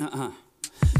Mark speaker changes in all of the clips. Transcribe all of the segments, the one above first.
Speaker 1: Uh-uh.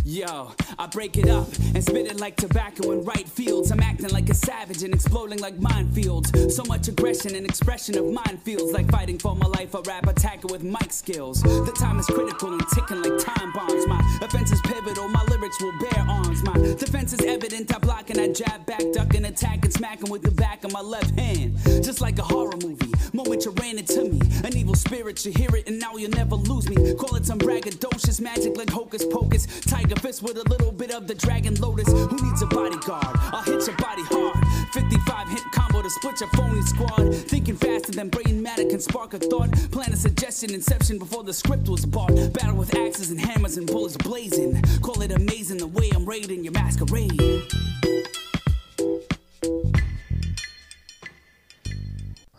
Speaker 1: Yo, I break it up and spit it like tobacco in right fields. I'm acting like a savage and exploding like minefields. So much aggression and expression of mine feels like fighting for my life. A rap attacker with mic skills. The time is critical and ticking like time bombs. My offense is pivotal. My lyrics will bear arms. My defense is evident. I block and I jab back, duck and attack and smack 'em with the back of my left hand. Just like a horror movie. Moment you ran into me. An evil spirit, you hear it and now you'll never lose me. Call it some braggadocious magic like hocus pocus. Tiger fist with a little bit of the dragon lotus. Who needs a bodyguard? I'll hit your body hard. 55 hit combo to split your phony squad. Thinking faster than brain matter can spark a thought. Plan a suggestion, inception before the script was bought. Battle with axes and hammers and bullets blazing. Call it amazing the way I'm raiding your masquerade.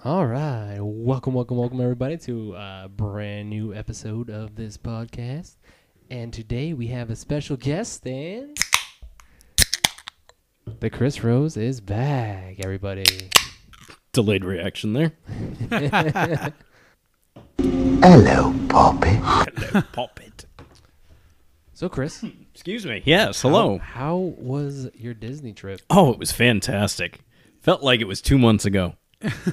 Speaker 2: All right. Welcome, welcome, welcome, everybody, to a brand new episode of this podcast. And today we have a special guest, and the Chris Rose is back, everybody.
Speaker 3: Delayed reaction there.
Speaker 4: Hello, Poppy.
Speaker 3: Pop it.
Speaker 2: So, Chris,
Speaker 3: Excuse me. Yes, hello.
Speaker 2: how was your Disney trip?
Speaker 3: Oh, it was fantastic. Felt like it was two months ago.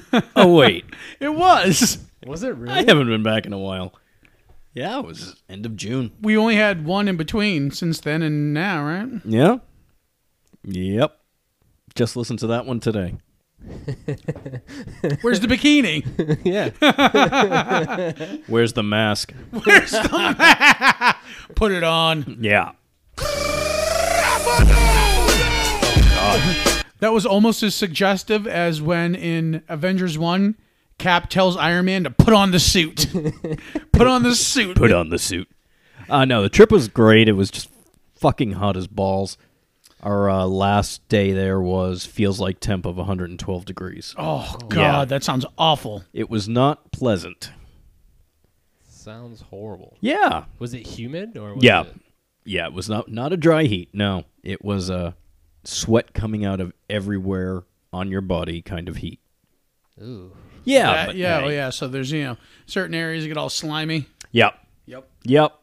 Speaker 3: oh, wait. It was.
Speaker 2: Was it really?
Speaker 3: I haven't been back in a while. Yeah, it was end of June.
Speaker 5: We only had one in between since then and now, right?
Speaker 3: Yeah. Yep. Just listen to that one today.
Speaker 5: Where's the bikini?
Speaker 2: yeah.
Speaker 3: Where's the mask?
Speaker 5: Put it on.
Speaker 3: Yeah.
Speaker 5: That was almost as suggestive as when in Avengers 1, Cap tells Iron Man to put on the suit. put on the suit.
Speaker 3: Put on the suit. Uh, no, the trip was great. It was just fucking hot as balls. Our uh, last day there was feels like temp of 112 degrees.
Speaker 5: oh, God,
Speaker 3: Yeah.
Speaker 5: that sounds awful.
Speaker 3: It was not pleasant.
Speaker 2: Sounds horrible.
Speaker 3: Yeah.
Speaker 2: Was it humid or was
Speaker 3: Yeah.
Speaker 2: it?
Speaker 3: Yeah, it was not not a dry heat. No, it was a sweat coming out of everywhere on your body kind of heat.
Speaker 2: Ooh.
Speaker 3: Yeah.
Speaker 5: That-
Speaker 3: but
Speaker 5: yeah,
Speaker 3: hey.
Speaker 5: oh, yeah. So there's, you know, certain areas get all slimy.
Speaker 3: Yep.
Speaker 5: Yep.
Speaker 3: Yep.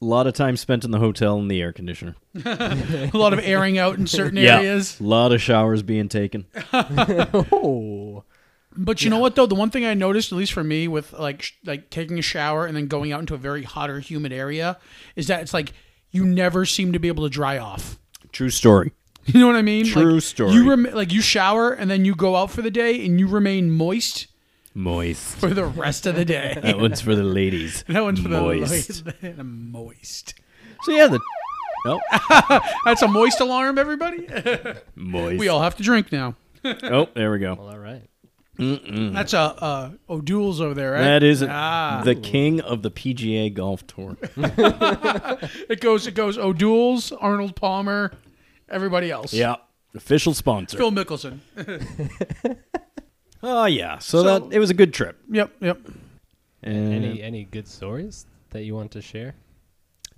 Speaker 3: A lot of time spent in the hotel in the air conditioner.
Speaker 5: A lot of airing out in certain areas.
Speaker 3: A lot of showers being taken.
Speaker 2: Oh.
Speaker 5: But you know what though, the one thing I noticed, at least for me, with like sh- like taking a shower and then going out into a very hot or humid area, is that it's like you never seem to be able to dry off.
Speaker 3: True story.
Speaker 5: You know what I mean?
Speaker 3: True
Speaker 5: Like,
Speaker 3: story.
Speaker 5: You rem- like you shower and then you go out for the day and you remain moist
Speaker 3: Moist.
Speaker 5: for the rest of the day.
Speaker 3: That one's for the ladies.
Speaker 5: That one's for the
Speaker 3: moist.
Speaker 5: the moist.
Speaker 3: So yeah, the oh,
Speaker 5: That's a moist alarm, everybody.
Speaker 3: moist.
Speaker 5: We all have to drink now.
Speaker 3: oh, there we go.
Speaker 2: Well, all right.
Speaker 5: That's a uh, O'Doul's over there, right?
Speaker 3: Mm-hmm. That is it.
Speaker 5: Ah.
Speaker 3: the king of the PGA golf tour.
Speaker 5: It goes. It goes. O'Doul's, Arnold Palmer, everybody else.
Speaker 3: yeah. Official sponsor.
Speaker 5: Phil Mickelson.
Speaker 3: Oh yeah, so,
Speaker 5: So-
Speaker 3: that it was a good trip.
Speaker 5: Yep. Yep.
Speaker 3: And
Speaker 2: Any any good stories that you want to share?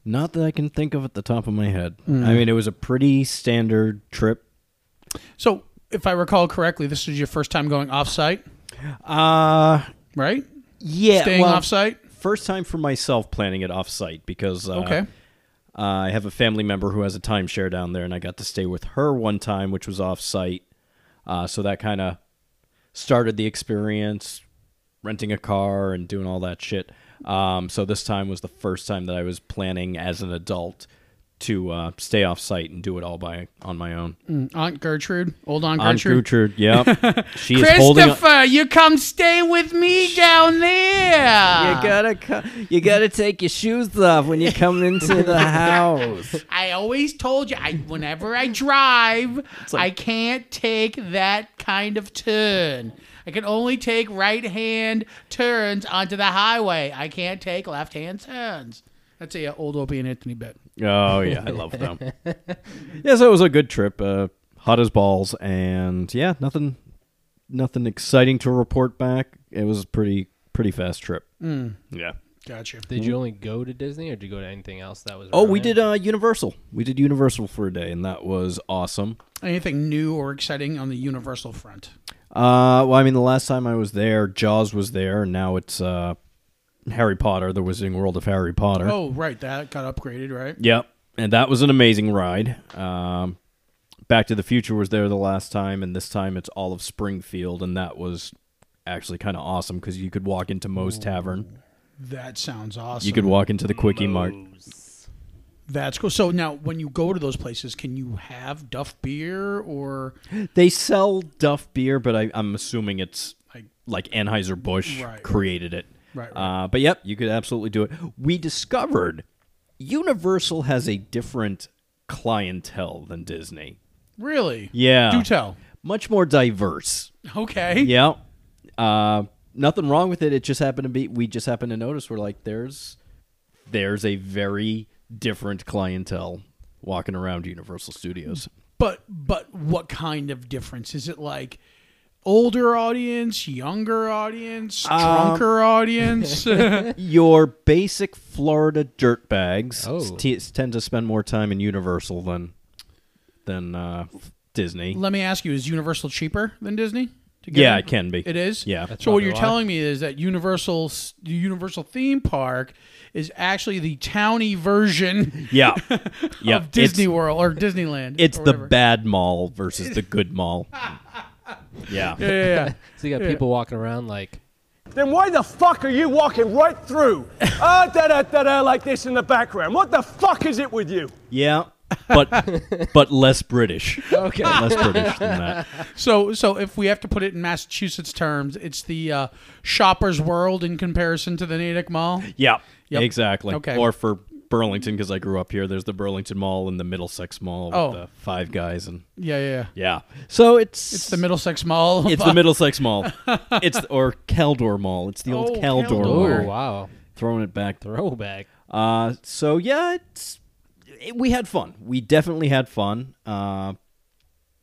Speaker 3: not that I can think of at the top of my head. I mean, it was a pretty standard trip.
Speaker 5: So, if I recall correctly, this is your first time going offsite,
Speaker 3: Uh
Speaker 5: right?
Speaker 3: yeah,
Speaker 5: Staying
Speaker 3: well,
Speaker 5: offsite.
Speaker 3: First time for myself planning it offsite because uh,
Speaker 5: Okay.
Speaker 3: uh, I have a family member who has a timeshare down there, and I got to stay with her one time, which was offsite. Uh, so that kind of started the experience, renting a car and doing all that shit. Um, so this time was the first time that I was planning as an adult to uh, stay offsite and do it all by on my own.
Speaker 5: Aunt Gertrude, old Aunt
Speaker 3: Aunt
Speaker 5: Mm,
Speaker 3: Gertrude,
Speaker 5: Gertrude.
Speaker 3: yep. She is holding. on-
Speaker 5: Christopher, you come stay with me down there.
Speaker 3: gotta co- you gotta take your shoes off when you come into the house.
Speaker 5: I always told you, I whenever I drive, I can't take that kind of turn. I can only take right hand turns onto the highway. I can't take left hand turns. That's a uh, old Opie and Anthony bit.
Speaker 3: Oh yeah, I love them. yeah, so it was a good trip. Uh, hot as balls, and yeah, nothing, nothing exciting to report back. It was a pretty, pretty fast trip. Yeah.
Speaker 5: Gotcha.
Speaker 2: Did you only go to Disney or did you go to anything else that was?
Speaker 3: Mm. Oh,
Speaker 2: around
Speaker 3: we
Speaker 2: it?
Speaker 3: did uh, Universal. We did Universal for a day, and that was awesome.
Speaker 5: Anything new or exciting on the Universal front?
Speaker 3: Uh, well, I mean, the last time I was there, Jaws was there, and now it's uh, Harry Potter, The Wizarding World of Harry Potter.
Speaker 5: Oh, right. That got upgraded, right?
Speaker 3: Yep. And that was an amazing ride. Um, Back to the Future was there the last time, and this time it's all of Springfield, and that was actually kind of awesome because you could walk into Moe's Tavern.
Speaker 5: That sounds awesome.
Speaker 3: You could walk into the Quickie Mart.
Speaker 5: That's cool. So now, when you go to those places, can you have Duff beer or
Speaker 3: They sell Duff beer, but I, I'm assuming it's
Speaker 5: like?
Speaker 3: like Anheuser-Busch
Speaker 5: Right.
Speaker 3: created it.
Speaker 5: Right,
Speaker 3: Uh, but yep, you could absolutely do it. We discovered Universal has a different clientele than Disney.
Speaker 5: Really?
Speaker 3: Yeah.
Speaker 5: Do tell.
Speaker 3: Much more diverse.
Speaker 5: Okay.
Speaker 3: Yeah. Uh, nothing wrong with it. It just happened to be we just happened to notice we're like there's there's a very different clientele walking around Universal Studios.
Speaker 5: But but what kind of difference is it? Like older audience, younger audience,
Speaker 3: Um,
Speaker 5: drunker audience.
Speaker 3: Your basic Florida dirtbags
Speaker 2: Oh.
Speaker 3: t- tend to spend more time in Universal than than uh, Disney.
Speaker 5: Let me ask you: Is Universal cheaper than Disney? to get
Speaker 3: Yeah,
Speaker 5: in?
Speaker 3: it can be.
Speaker 5: It is.
Speaker 3: Yeah.
Speaker 5: so what
Speaker 2: probably
Speaker 5: you're
Speaker 2: why.
Speaker 5: telling me is that Universal, s- the Universal theme park, is actually the towny version
Speaker 3: Yeah. yeah.
Speaker 5: of Disney
Speaker 3: It's,
Speaker 5: World or Disneyland.
Speaker 3: it's
Speaker 5: or
Speaker 3: the
Speaker 5: whatever.
Speaker 3: bad mall versus the good mall. Yeah.
Speaker 5: Yeah, yeah, yeah.
Speaker 2: So you got people walking around like,
Speaker 6: then why the fuck are you walking right through? Ah, da da da da, like this in the background. What the fuck is it with you?
Speaker 3: Yeah. But but less British. Okay. Less British than that.
Speaker 5: So, so if we have to put it in Massachusetts terms, it's the uh, Shoppers World in comparison to the Natick Mall.
Speaker 3: Yeah.
Speaker 5: Yep.
Speaker 3: Exactly.
Speaker 5: Okay.
Speaker 3: Or for Burlington because I grew up here. There's the Burlington Mall and the Middlesex Mall with
Speaker 5: Oh.
Speaker 3: the five guys and
Speaker 5: Yeah, yeah, yeah.
Speaker 3: yeah. So it's
Speaker 5: It's the Middlesex Mall.
Speaker 3: It's the Middlesex Mall. It's or Keldor Mall. It's the old
Speaker 5: Oh,
Speaker 3: Keldor,
Speaker 5: Keldor.
Speaker 2: oh,
Speaker 3: Mall.
Speaker 2: wow.
Speaker 3: Throwing it back.
Speaker 2: Throwback.
Speaker 3: Uh, so yeah, it's it, we had fun. We definitely had fun. Uh,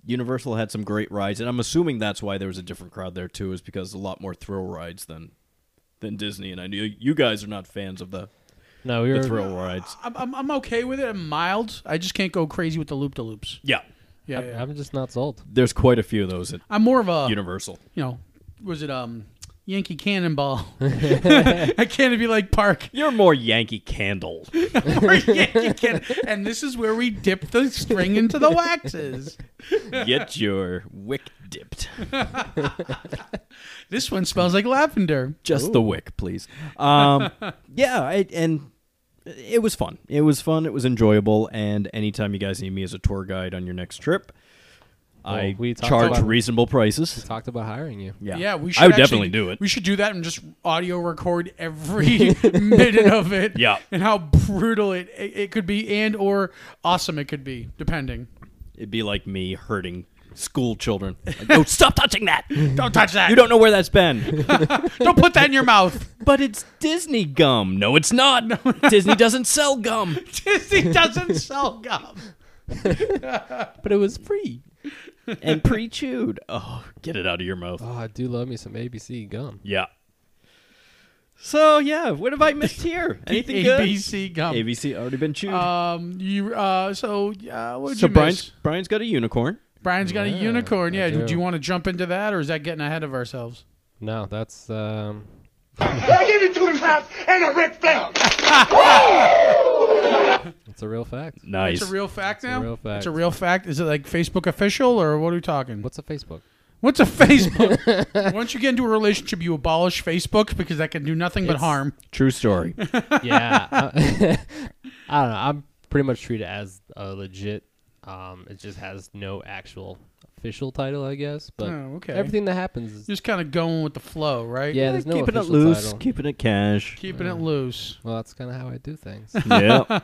Speaker 3: Universal had some great rides, and I'm assuming that's why there was a different crowd there too, is because a lot more thrill rides than than Disney. And I knew you guys are not fans of the,
Speaker 2: No, we
Speaker 3: the
Speaker 2: were.
Speaker 3: thrill rides.
Speaker 5: I'm, I'm, I'm okay with it. I'm mild. I just can't go crazy with the loop de loops.
Speaker 3: Yeah,
Speaker 5: Yeah, yeah.
Speaker 2: I'm just not sold.
Speaker 3: there's quite a few of those at
Speaker 5: I'm more of a
Speaker 3: Universal.
Speaker 5: you know, was it um Yankee Cannonball? I can't be like Park
Speaker 3: You're more Yankee Candle.
Speaker 5: or Yankee Cannon. And this is where we dip the string into the waxes.
Speaker 3: Get your wick dipped.
Speaker 5: This one smells like lavender.
Speaker 3: just the wick, please. Um, yeah, I, and it was fun. It was fun. It was enjoyable. And anytime you guys need me as a tour guide on your next trip, I
Speaker 2: Well, we talked
Speaker 3: charge
Speaker 2: about-
Speaker 3: reasonable prices.
Speaker 2: Talked about hiring you.
Speaker 3: Yeah,
Speaker 5: Yeah, we should
Speaker 3: I would
Speaker 5: actually-
Speaker 3: definitely do it.
Speaker 5: We should do that and just audio record every minute of it.
Speaker 3: Yeah.
Speaker 5: And how brutal it, it it could be and or awesome it could be, depending.
Speaker 3: It'd be like me hurting school children. Like, no, stop touching that.
Speaker 5: Don't touch that.
Speaker 3: You don't know where that's been.
Speaker 5: don't put that in your mouth.
Speaker 3: but it's Disney gum. No, it's not. Disney doesn't sell gum.
Speaker 5: Disney doesn't sell gum.
Speaker 2: But it was free.
Speaker 3: And pre-chewed. Oh, get it out of your mouth.
Speaker 2: Oh, I do love me some ABC gum.
Speaker 3: Yeah. So yeah, what have I missed here? Anything good?
Speaker 5: ABC gum.
Speaker 3: ABC already been chewed.
Speaker 5: Um, you uh, so uh, what
Speaker 3: so
Speaker 5: you
Speaker 3: Brian's
Speaker 5: miss?
Speaker 3: Brian's got a unicorn.
Speaker 5: Brian's got a unicorn.
Speaker 2: I
Speaker 5: Yeah, do.
Speaker 2: do.
Speaker 5: you want to jump into that, or is that getting ahead of ourselves?
Speaker 2: No, that's um.
Speaker 7: I gave you two and a half and a red flag.
Speaker 2: It's a real fact.
Speaker 3: Nice.
Speaker 5: It's a real fact now.
Speaker 2: real fact.
Speaker 5: It's a real fact. Is it like Facebook official, or what are we talking?
Speaker 2: What's a Facebook?
Speaker 5: What's a Facebook? Once you get into a relationship, you abolish Facebook because that can do nothing but
Speaker 2: It's-
Speaker 5: harm.
Speaker 3: True story.
Speaker 2: yeah, I, I don't know. I'm pretty much treated as a legit. Um, it just has no actual official title, I guess. But
Speaker 5: Oh, okay.
Speaker 2: everything that happens, is,
Speaker 5: Just kind of going with the flow, right?
Speaker 2: yeah, there's no
Speaker 3: keeping it
Speaker 2: official
Speaker 3: loose,
Speaker 2: title.
Speaker 3: keeping it cash.
Speaker 5: Keeping it loose.
Speaker 2: well, that's kind of how I do things.
Speaker 3: yeah.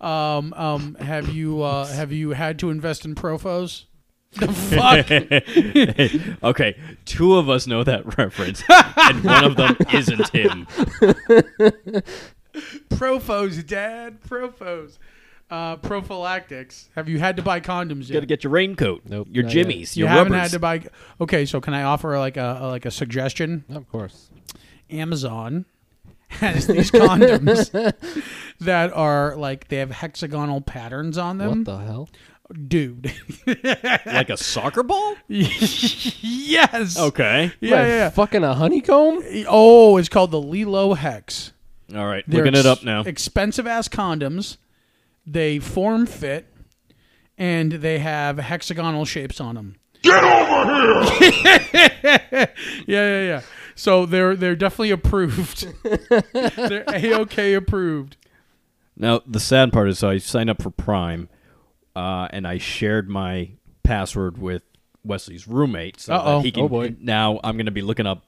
Speaker 5: Um, um, have you uh, have you had to invest in profos? The fuck?
Speaker 3: Okay. Two of us know that reference, and one of them isn't him.
Speaker 5: profos, dad. Profos. Uh, prophylactics. Have you had to buy condoms yet?
Speaker 3: Got to get your raincoat.
Speaker 2: Nope,
Speaker 3: Your
Speaker 2: not yet.
Speaker 3: jimmies.
Speaker 5: you
Speaker 3: your
Speaker 5: haven't
Speaker 3: rubbers.
Speaker 5: had to buy. Okay, so can I offer like a, a- like a suggestion?
Speaker 2: of course.
Speaker 5: Amazon has these condoms that are like they have hexagonal patterns on them.
Speaker 2: What the hell?
Speaker 5: dude.
Speaker 3: like a soccer ball?
Speaker 5: yes.
Speaker 3: Okay.
Speaker 5: Yeah,
Speaker 2: Like
Speaker 5: yeah, yeah.
Speaker 2: Fucking a honeycomb?
Speaker 5: Oh, it's called the Lilo Hex.
Speaker 3: All right.
Speaker 5: They're
Speaker 3: Looking it
Speaker 5: ex-
Speaker 3: up now.
Speaker 5: Expensive ass condoms. They form fit, and they have hexagonal shapes on them. Get over here! yeah, yeah, yeah. So they're they're definitely approved. they're a okay approved.
Speaker 3: Now the sad part is I signed up for Prime, uh, and I shared my password with Wesley's roommate, so that
Speaker 5: Uh-oh.
Speaker 3: he can.
Speaker 2: Oh, boy.
Speaker 3: Now I'm going to be looking up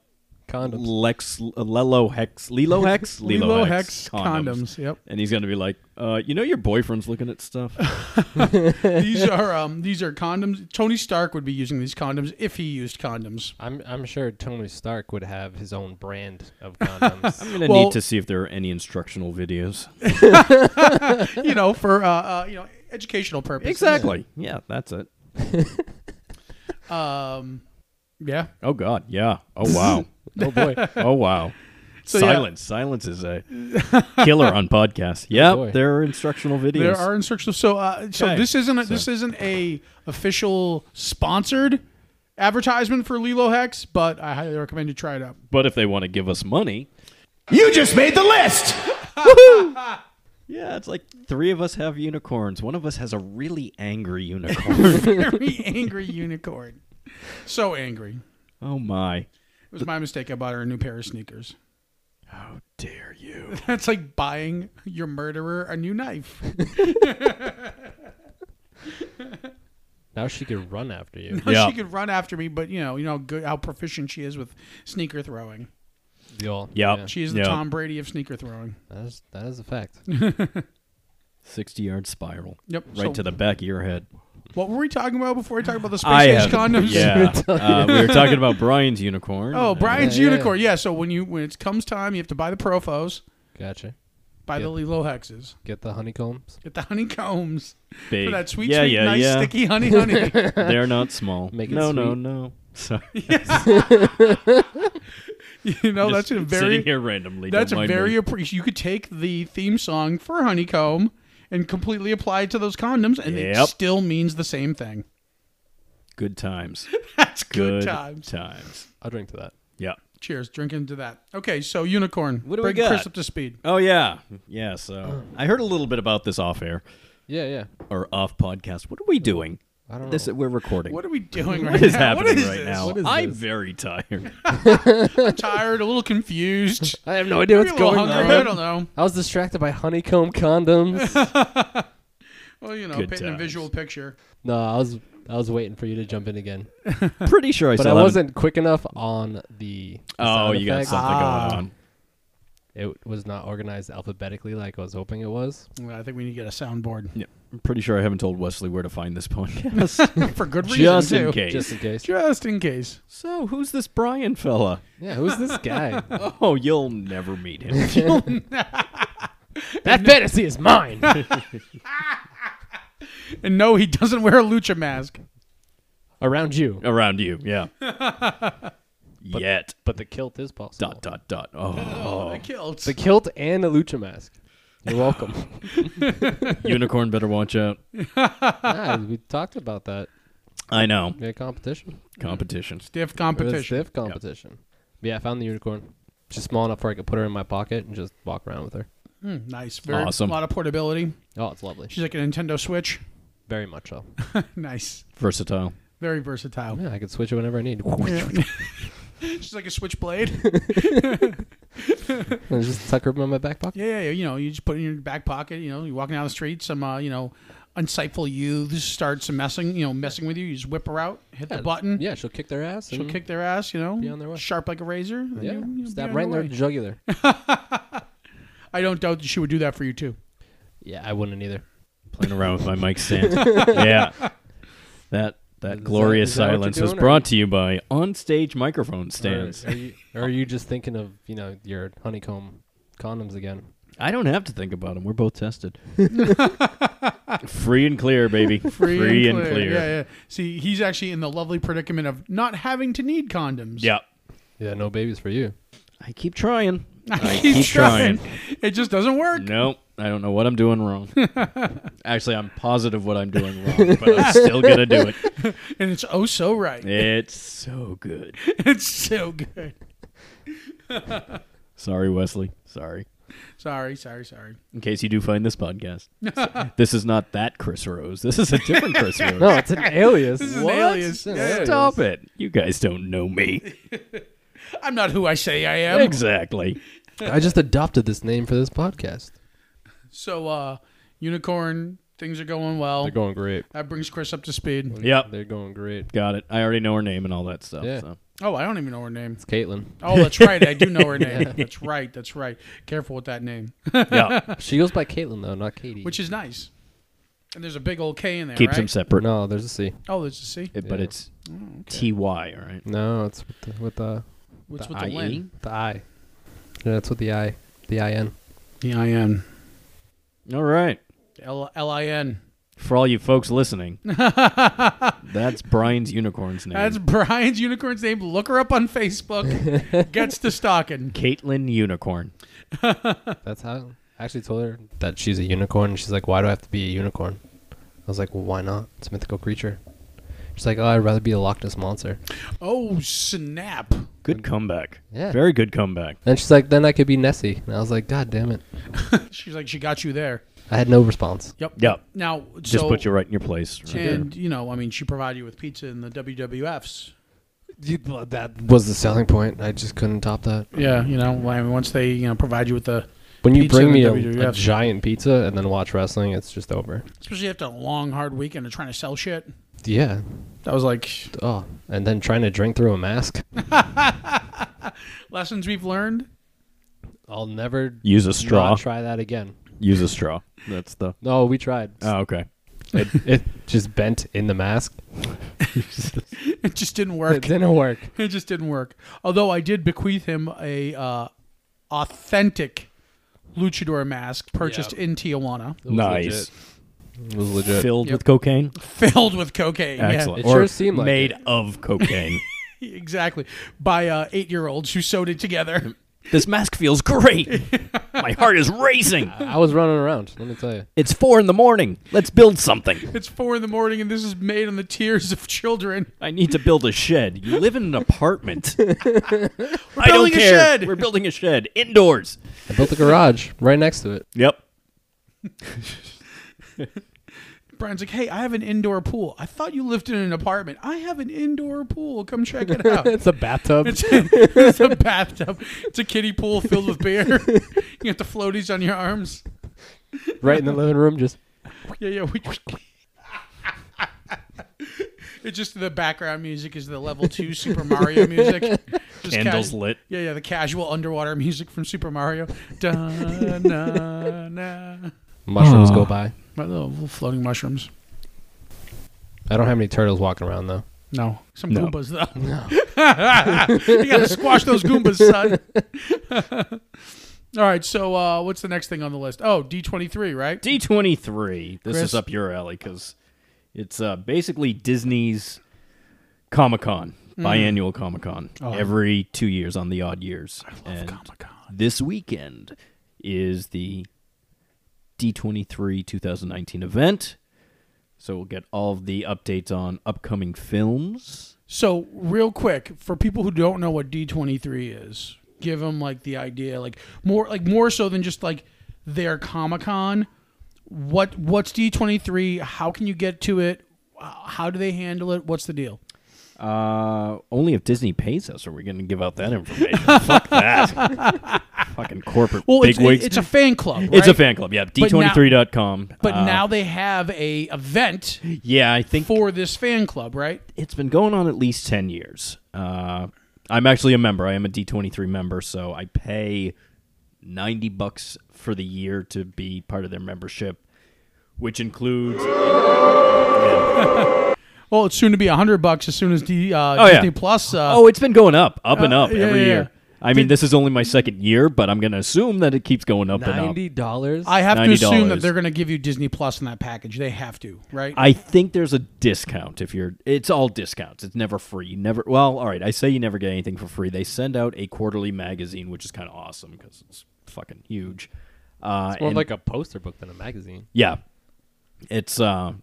Speaker 2: Condoms.
Speaker 3: Lex Lelo Hex Lilo Hex
Speaker 5: Lilo Hex condoms. Yep.
Speaker 3: and he's going to be like, uh, you know, your boyfriend's looking at stuff.
Speaker 5: these are um these are condoms. Tony Stark would be using these condoms if he used condoms.
Speaker 2: I'm I'm sure Tony Stark would have his own brand of condoms.
Speaker 3: I'm going to
Speaker 5: Well-
Speaker 3: need to see if there are any instructional videos.
Speaker 5: You know, for uh, uh you know educational purposes.
Speaker 3: Exactly. Yeah, that's it.
Speaker 5: Um, yeah.
Speaker 3: Oh God. Yeah. Oh wow.
Speaker 2: oh boy.
Speaker 3: Oh wow.
Speaker 5: yeah. Oh,
Speaker 3: silence. Silence is a killer on podcasts. Yep,
Speaker 2: boy.
Speaker 3: there are instructional videos.
Speaker 5: There are instructional. So, uh, so
Speaker 3: Okay.
Speaker 5: this isn't a, this isn't a official sponsored advertisement for Lilo Hex, but I highly recommend you try it out.
Speaker 3: But if they want to give us money,
Speaker 8: You just made the list!
Speaker 3: yeah, it's like three of us have unicorns. One of us has a really angry unicorn.
Speaker 5: Very angry unicorn, so angry.
Speaker 3: oh my!
Speaker 5: It was my mistake. I bought her a new pair of sneakers.
Speaker 3: Dare you?
Speaker 5: That's like buying your murderer a new knife.
Speaker 2: Now she could run after you.
Speaker 5: Now,
Speaker 3: Yeah.
Speaker 5: She could run after me, but you know, you know, how good how proficient she is with sneaker throwing.
Speaker 2: Y'all.
Speaker 3: Yep.
Speaker 2: Yeah.
Speaker 5: She is the
Speaker 3: Yeah.
Speaker 5: Tom Brady of sneaker throwing.
Speaker 2: That is that is a fact.
Speaker 3: Sixty-yard spiral.
Speaker 5: Yep.
Speaker 3: Right
Speaker 5: So-
Speaker 3: to the back of your head.
Speaker 5: What were we talking about before we talked about the space
Speaker 3: I
Speaker 5: age
Speaker 3: have,
Speaker 5: condoms?
Speaker 3: Yeah. uh, we were talking about Brian's unicorn.
Speaker 5: Oh, Brian's
Speaker 2: Yeah, yeah, yeah.
Speaker 5: unicorn. Yeah. So when you when it comes time, you have to buy the profos,
Speaker 2: Gotcha.
Speaker 5: buy the Lilo hexes,
Speaker 2: Get the honeycombs.
Speaker 5: get the honeycombs
Speaker 3: Big.
Speaker 5: for that sweet,
Speaker 3: yeah,
Speaker 5: sweet,
Speaker 3: yeah,
Speaker 5: nice,
Speaker 3: yeah.
Speaker 5: sticky honey, honey.
Speaker 3: They're not small.
Speaker 2: Make it
Speaker 3: no, no,
Speaker 2: sweet.
Speaker 3: no. Sorry.
Speaker 5: you know,
Speaker 3: Just
Speaker 5: that's a
Speaker 3: sitting
Speaker 5: very
Speaker 3: here randomly.
Speaker 5: that's
Speaker 3: Don't
Speaker 5: a
Speaker 3: mind
Speaker 5: very
Speaker 3: me.
Speaker 5: appreci- You could take the theme song for honeycomb and completely apply it to those condoms, and it
Speaker 3: Yep.
Speaker 5: still means the same thing.
Speaker 3: good times.
Speaker 5: That's good,
Speaker 3: Good
Speaker 5: times.
Speaker 3: times.
Speaker 2: I'll drink to that.
Speaker 3: Yeah.
Speaker 5: Cheers. Drink into that. Okay, so unicorn.
Speaker 3: What do we
Speaker 5: Bring Chris
Speaker 3: got?
Speaker 5: up to speed.
Speaker 3: Oh yeah, yeah. So I heard a little bit about this off air
Speaker 2: Yeah, yeah.
Speaker 3: or off podcast. What are we doing?
Speaker 2: I don't
Speaker 3: This
Speaker 2: know.
Speaker 3: we're recording.
Speaker 5: What are we doing right
Speaker 3: What is
Speaker 5: now?
Speaker 3: happening
Speaker 5: what is
Speaker 3: right
Speaker 5: this?
Speaker 3: now?
Speaker 2: What is
Speaker 3: I'm
Speaker 2: this?
Speaker 3: very tired.
Speaker 5: I'm tired, a little confused.
Speaker 2: I have no idea
Speaker 5: Maybe
Speaker 2: what's
Speaker 5: a little
Speaker 2: going
Speaker 5: hungry. I
Speaker 2: on.
Speaker 5: don't know.
Speaker 2: I was distracted by honeycomb condoms.
Speaker 5: Well, you know,
Speaker 3: Good
Speaker 5: painting a
Speaker 3: times.
Speaker 5: visual picture.
Speaker 2: no, I was I was waiting for you to jump in again,
Speaker 3: Pretty sure I
Speaker 2: but
Speaker 3: saw
Speaker 2: I
Speaker 3: that-
Speaker 2: wasn't quick enough on the. the
Speaker 3: Oh,
Speaker 2: sound
Speaker 3: you got
Speaker 2: effects. Ah.
Speaker 3: something going on.
Speaker 2: It was not organized alphabetically like I was hoping it was.
Speaker 5: Well, I think we need to get a soundboard
Speaker 3: Yeah. I'm pretty sure I haven't told Wesley where to find this podcast.
Speaker 5: for good reason
Speaker 3: Just
Speaker 5: too.
Speaker 3: in case.
Speaker 2: Just in case.
Speaker 5: Just in case.
Speaker 3: So who's this Brian fella?
Speaker 2: Yeah, who's this guy?
Speaker 3: Oh, you'll never meet him.
Speaker 2: that fantasy is mine.
Speaker 5: And no, he doesn't wear a lucha mask.
Speaker 2: Around you,
Speaker 3: Around you, yeah. Yet.
Speaker 2: but the kilt is possible.
Speaker 3: Dot dot dot. Oh,
Speaker 5: Oh, the kilt.
Speaker 2: The kilt and a lucha mask. You're welcome.
Speaker 3: unicorn, better watch out.
Speaker 2: yeah, we talked about that.
Speaker 3: I know.
Speaker 2: We had competition.
Speaker 3: Competition.
Speaker 5: Stiff
Speaker 2: It was
Speaker 5: competition.
Speaker 2: stiff competition. But yeah, I found the unicorn. She's small enough where I could put her in my pocket and just walk around with her.
Speaker 5: Hmm, Nice. Very
Speaker 3: Awesome.
Speaker 5: A lot of portability.
Speaker 2: Oh, it's lovely.
Speaker 5: She's like a Nintendo Switch.
Speaker 2: Very much so.
Speaker 5: Nice.
Speaker 3: Versatile.
Speaker 5: Very versatile.
Speaker 2: Yeah, I could switch it whenever I need.
Speaker 5: She's like a switchblade.
Speaker 2: And just tuck her in my back pocket.
Speaker 5: yeah, yeah, yeah, you know, you just put it in your back pocket. You know, you're walking down the street. Some, uh, you know, unsightful youths start some messing, you know, messing with you. You just whip her out, hit the button.
Speaker 2: Yeah, she'll kick their ass.
Speaker 5: She'll
Speaker 2: and-
Speaker 5: kick their ass. You know,
Speaker 2: Mm-hmm. Be on their way.
Speaker 5: sharp like a razor. and
Speaker 2: Yeah,
Speaker 5: you- you know,
Speaker 2: stab
Speaker 5: be on
Speaker 2: right
Speaker 5: your
Speaker 2: in their
Speaker 5: way.
Speaker 2: jugular.
Speaker 5: I don't doubt that she would do that for you too.
Speaker 2: yeah, I wouldn't either.
Speaker 3: playing around with my mic stand. yeah. That that
Speaker 2: that-
Speaker 3: glorious
Speaker 2: is that what you're
Speaker 3: silence was
Speaker 2: doing, or-
Speaker 3: brought to you by onstage microphone stands.
Speaker 2: Or, are you, or are you just thinking of you know your honeycomb condoms again?
Speaker 3: I don't have to think about them. We're both tested. Free and clear, baby. Free, and, clear.
Speaker 5: Yeah, yeah. See, he's actually in the lovely predicament of not having to need condoms.
Speaker 3: Yeah.
Speaker 2: Yeah, no babies for you.
Speaker 3: I keep trying.
Speaker 5: I keep
Speaker 3: keep trying.
Speaker 5: trying. It just doesn't work.
Speaker 3: Nope. I don't know what I'm doing wrong. Actually, I'm positive what I'm doing wrong, but I'm still gonna do it.
Speaker 5: and it's oh so right.
Speaker 3: It's so good.
Speaker 5: It's so good.
Speaker 3: Sorry, Wesley. Sorry.
Speaker 5: Sorry, sorry, sorry.
Speaker 3: In case you do find this podcast, this is not that Chris Rose. This is a different Chris Rose.
Speaker 2: No, it's an alias. this
Speaker 5: is an alias.
Speaker 3: Stop it. You guys don't know me.
Speaker 5: I'm not who I say I am.
Speaker 3: Exactly.
Speaker 2: I just adopted this name for this podcast.
Speaker 5: So, uh, unicorn things are going well.
Speaker 2: They're going great.
Speaker 5: that brings Chris up to speed.
Speaker 3: Yep.
Speaker 2: They're going great.
Speaker 3: Got it. I already know her name and all that stuff.
Speaker 2: Yeah.
Speaker 3: So.
Speaker 5: Oh, I don't even know her name.
Speaker 2: It's Caitlin.
Speaker 5: Oh, that's right. I do know her name. That's right. That's right. Careful with that name,
Speaker 3: Yeah.
Speaker 2: She goes by Caitlin though, not Katie.
Speaker 5: which is nice. And there's a big old K in there,
Speaker 3: Keeps
Speaker 5: right?
Speaker 3: them separate.
Speaker 2: no, there's a C.
Speaker 5: Oh, there's a C.
Speaker 3: It- But
Speaker 2: Yeah.
Speaker 3: it's T Y, all right?
Speaker 2: No, it's with the with the,
Speaker 5: What's
Speaker 2: The
Speaker 5: with the
Speaker 3: IE?
Speaker 5: Lin?
Speaker 2: the I. Yeah, that's with the I. The I N.
Speaker 5: The I N.
Speaker 3: All right.
Speaker 5: L L I N.
Speaker 3: For all you folks listening, that's Brian's unicorn's name.
Speaker 5: That's Brian's unicorn's name. Look her up on Facebook. Gets to stalking.
Speaker 3: Caitlin Unicorn.
Speaker 2: That's how I actually told her that she's a unicorn. And she's like, why do I have to be a unicorn? I was like, well, why not? It's a mythical creature. She's like, oh, I'd rather be a Loch Ness monster.
Speaker 5: Oh snap!
Speaker 3: Good comeback.
Speaker 2: Yeah.
Speaker 3: Very good comeback.
Speaker 2: And she's like, then I could be Nessie. And I was like, God damn it.
Speaker 5: She's like, she got you there.
Speaker 2: I had no response.
Speaker 5: Yep.
Speaker 3: Yep.
Speaker 5: Now,
Speaker 3: Just
Speaker 5: so,
Speaker 3: put you right in your place. Right there.
Speaker 5: And you know, I mean, she provided you with pizza in the WWFs.
Speaker 2: that was the selling point. I just couldn't top that.
Speaker 5: Yeah, you know, I mean, once they you know provide you with the,
Speaker 2: When you
Speaker 5: Pizza
Speaker 2: bring
Speaker 5: and
Speaker 2: me
Speaker 5: WWF.
Speaker 2: a, a giant pizza and then watch wrestling, it's just over.
Speaker 5: especially after a long hard weekend of trying to sell shit.
Speaker 2: Yeah.
Speaker 5: That was like
Speaker 2: Oh, and then trying to drink through a mask.
Speaker 5: lessons we've learned.
Speaker 2: I'll never
Speaker 3: Use a straw.
Speaker 2: not try that again.
Speaker 3: Use a straw. That's the.
Speaker 2: No, we tried.
Speaker 3: Oh, okay.
Speaker 2: It, it just bent in the mask.
Speaker 5: It just didn't
Speaker 2: It
Speaker 5: work.
Speaker 2: didn't work.
Speaker 5: It just didn't work. Although I did bequeath him a uh, authentic luchador mask purchased in Tijuana,
Speaker 2: It was
Speaker 3: Nice.
Speaker 2: legit. It was legit.
Speaker 3: Filled
Speaker 5: Yep.
Speaker 3: with cocaine.
Speaker 5: filled with cocaine. Yeah.
Speaker 3: Excellent.
Speaker 2: It sure seemed like
Speaker 3: made of cocaine.
Speaker 5: exactly. By uh, eight-year-olds who sewed it together.
Speaker 3: this mask feels great. My heart is racing.
Speaker 2: I was running around. Let me tell you.
Speaker 3: It's four in the morning. Let's build something.
Speaker 5: It's four in the morning, and this is made on the tears of children.
Speaker 3: I need to build a shed. You live in an apartment. We're
Speaker 5: building a shed.
Speaker 3: We're building a shed indoors.
Speaker 2: I built a garage right next to it.
Speaker 3: Yep.
Speaker 5: Brian's like, "Hey, I have an indoor pool. I thought you lived in an apartment. I have an indoor pool. Come check it out."
Speaker 2: It's a bathtub.
Speaker 5: It's a, it's a bathtub. It's a kiddie pool filled with beer. you got the floaties on your arms.
Speaker 2: right in the living room. Just
Speaker 5: Yeah, yeah. We, it's just the background music is the level two Super Mario music. Just
Speaker 3: Candles
Speaker 5: cas-
Speaker 3: lit.
Speaker 5: Yeah, yeah. The casual underwater music from Super Mario. Da, na, na.
Speaker 2: mushrooms go by.
Speaker 5: My little, little floating mushrooms.
Speaker 2: I don't have any turtles walking around though.
Speaker 5: No, some
Speaker 3: No.
Speaker 5: Goombas though. you gotta squash those Goombas, son. All right, so uh, what's the next thing on the list? Oh, D twenty three, right?
Speaker 3: D23. This
Speaker 5: Chris?
Speaker 3: is up your alley because it's uh, basically Disney's Comic Con,
Speaker 5: Mm.
Speaker 3: biannual Comic Con,
Speaker 5: Oh,
Speaker 3: every two years on the odd years. I love
Speaker 5: Comic-Con.
Speaker 3: This weekend is the D23 2019 event. So we'll get all of the updates on upcoming films.
Speaker 5: So, real quick, for people who don't know what D twenty three is, give them like the idea, like more, like more so than just like their Comic Con. What what's D twenty three? How can you get to it? How do they handle it? What's the deal?
Speaker 3: Uh, only if Disney pays us are we going to give out that information. Fuck that. Fucking corporate
Speaker 5: Well, it's,
Speaker 3: bigwigs.
Speaker 5: it's a fan club.
Speaker 3: It's a
Speaker 5: right?
Speaker 3: fan club, yeah.
Speaker 5: But now-
Speaker 3: D23.com.
Speaker 5: But
Speaker 3: Uh,
Speaker 5: now they have a event
Speaker 3: yeah, I think
Speaker 5: for this fan club, right?
Speaker 3: it's been going on at least 10 years. Uh, I'm actually a member. I am a D23 member, so I pay 90 bucks for the year to be part of their membership, which includes
Speaker 5: Uh. Well, it's soon to be a hundred bucks as soon as D, uh,
Speaker 3: Oh, yeah.
Speaker 5: Disney Plus. Uh,
Speaker 3: Oh, it's been going up, up and
Speaker 5: Uh,
Speaker 3: up
Speaker 5: yeah,
Speaker 3: every
Speaker 5: yeah, yeah.
Speaker 3: year. I mean, this is only my second year, but I'm going to assume that it keeps going up and up.
Speaker 2: Ninety dollars.
Speaker 5: I have to assume that
Speaker 3: $90.
Speaker 5: they're going to give you Disney Plus in that package. They have to, right?
Speaker 3: I think there's a discount if you're. It's all discounts. It's never free. You never. Well, all right. I say you never get anything for free. They send out a quarterly magazine, which is kind of awesome because it's fucking huge. Uh,
Speaker 2: More
Speaker 3: and-
Speaker 2: like a poster book than a magazine.
Speaker 3: yeah, it's uh,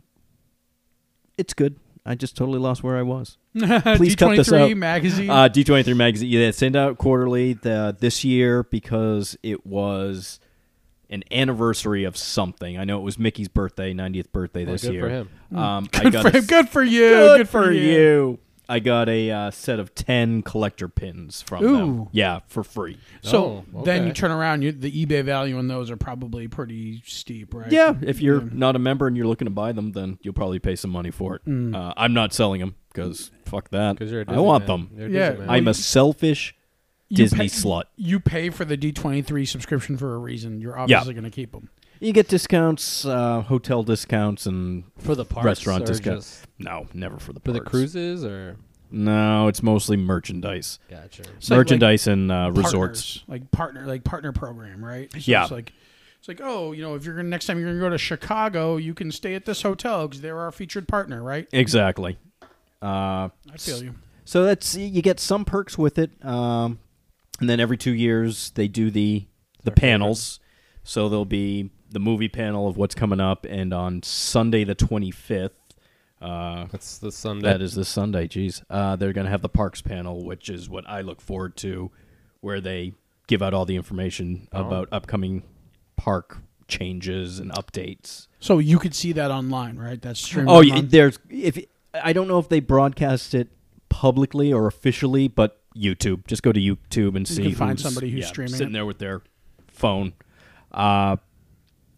Speaker 3: it's good. I just totally lost where I was. Please cut this
Speaker 5: D23
Speaker 3: out.
Speaker 5: magazine.
Speaker 3: Uh, D23 magazine. Yeah, it's sent out quarterly the, this year because it was an anniversary of something. I know it was Mickey's birthday, 90th birthday this
Speaker 2: good
Speaker 3: year.
Speaker 2: for him.
Speaker 3: Um, I
Speaker 5: good,
Speaker 3: got
Speaker 5: for,
Speaker 3: a,
Speaker 5: good for you.
Speaker 3: good for you. I got a uh, set of 10 collector pins from them.
Speaker 5: Ooh.
Speaker 3: Yeah, for free.
Speaker 5: So
Speaker 2: Oh,
Speaker 5: then you
Speaker 2: okay.
Speaker 5: turn around, you, the eBay value on those are probably pretty steep, right?
Speaker 3: Yeah, if you're not a member and you're looking to buy them, then you'll probably pay some money for it. Uh, I'm not selling them because fuck that.
Speaker 2: Because you're a
Speaker 3: I
Speaker 2: Disney
Speaker 3: want
Speaker 2: man.
Speaker 3: them.
Speaker 2: You're a
Speaker 5: Yeah.
Speaker 2: Disney man.
Speaker 5: I-
Speaker 3: I'm a selfish Disney
Speaker 5: pay-
Speaker 3: slut.
Speaker 5: You pay for the D23 subscription for a reason. You're obviously going to keep them.
Speaker 3: You get discounts, uh, hotel discounts, and
Speaker 2: for the parts
Speaker 3: restaurant
Speaker 2: or
Speaker 3: discounts.
Speaker 2: just
Speaker 3: No, never for the
Speaker 2: for the
Speaker 3: parts.
Speaker 2: cruises or
Speaker 3: No, it's mostly merchandise,
Speaker 2: gotcha.
Speaker 5: like-
Speaker 3: merchandise and uh, resorts.
Speaker 5: Partners, like partner, like partner program, right? So
Speaker 3: Yeah.
Speaker 5: It's like, it's like, oh, you know, if you're gonna, next time you're going to go to Chicago, you can stay at this hotel because they're our featured partner, right?
Speaker 3: Exactly. Uh,
Speaker 5: I feel you.
Speaker 3: So that's you get some perks with it, um, and then every two years they do the the panels. So there'll be the movie panel of what's coming up, and on Sunday the twenty fifth, uh,
Speaker 2: That's the Sunday.
Speaker 3: that is this Sunday. Jeez, uh, they're gonna have the parks panel, which is what I look forward to, where they give out all the information about upcoming park changes and updates.
Speaker 5: So you could see that online, right? That's streaming.
Speaker 3: Oh, y there's if I don't know if they broadcast it publicly or officially, but YouTube. Just go to YouTube and see.
Speaker 5: can find
Speaker 3: who's-
Speaker 5: somebody who's
Speaker 3: yeah,
Speaker 5: streaming
Speaker 3: sitting
Speaker 5: it.
Speaker 3: there with their phone, uh,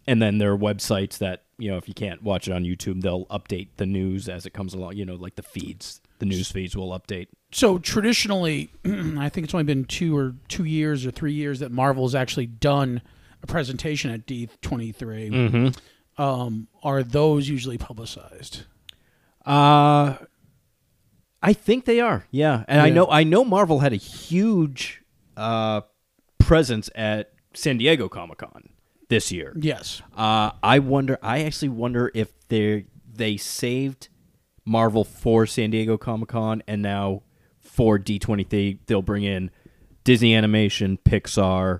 Speaker 3: and then there are websites that you know if you can't watch it on YouTube, they'll update the news as it comes along. You know, like the feeds, the news feeds will update.
Speaker 5: so traditionally, I think it's only been two or two years or three years that Marvel's actually done a presentation at D23. Um, are those usually publicized?
Speaker 3: Uh I think they are. Yeah, and I
Speaker 5: Yeah.
Speaker 3: know I know Marvel had a huge uh, presence at San Diego Comic Con this year.
Speaker 5: Yes.
Speaker 3: Uh, I wonder. I actually wonder if they they saved Marvel for San Diego Comic Con, and now for D twenty three, they'll bring in Disney Animation, Pixar,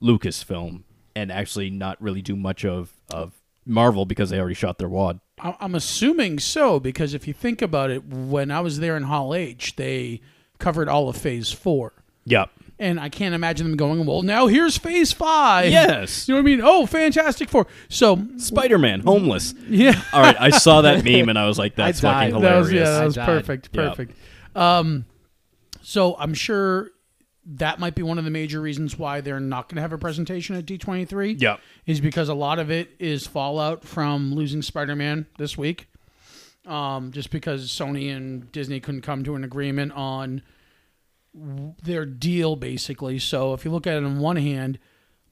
Speaker 3: Lucasfilm, and actually not really do much of of Marvel because they already shot their wad.
Speaker 5: I- I'm assuming so because if you think about it, when I was there in Hall H, they covered all of Phase Four,
Speaker 3: Yep.
Speaker 5: and I can't imagine them going, "Well, now here's Phase 5.
Speaker 3: Yes.
Speaker 5: you know what I mean? Oh, Fantastic Four. So
Speaker 3: Spider Man, homeless.
Speaker 5: yeah,
Speaker 3: All right, I saw that meme and I was like, that's
Speaker 2: died.
Speaker 3: fucking
Speaker 5: that
Speaker 3: hilarious.
Speaker 5: was yeah, that
Speaker 2: I
Speaker 5: was
Speaker 2: died.
Speaker 5: perfect,
Speaker 3: Yeah.
Speaker 5: perfect. Um, so I'm sure that might be one of the major reasons why they're not going to have a presentation at D23.
Speaker 3: Yep.
Speaker 5: is because a lot of it is fallout from losing Spider-Man this week. Um, just because Sony and Disney couldn't come to an agreement on w- their deal, basically. So if you look at it on one hand,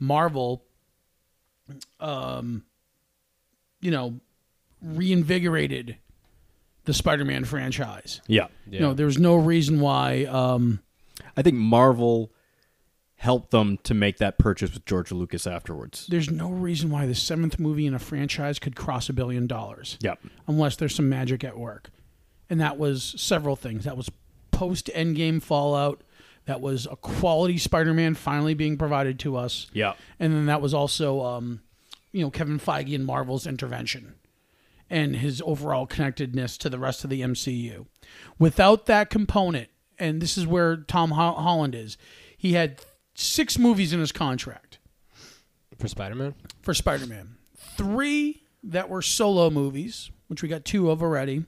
Speaker 5: Marvel, um, you know, reinvigorated the Spider-Man franchise.
Speaker 3: Yeah.
Speaker 5: You know, there's no reason why. Um,
Speaker 3: I think Marvel helped them to make that purchase with George Lucas afterwards.
Speaker 5: there's no reason why the seventh movie in a franchise could cross a billion dollars.
Speaker 3: Yep.
Speaker 5: unless there's some magic at work. And that was several things. That was post Endgame Fallout. That was a quality Spider Man finally being provided to us.
Speaker 3: Yep.
Speaker 5: And then that was also, um, you know, Kevin Feige and Marvel's intervention and his overall connectedness to the rest of the MCU. Without that component, and this is where Tom Ho- Holland is, he had six movies in his contract
Speaker 2: for Spider Man.
Speaker 5: for Spider Man. Three that were solo movies, which we got two of already,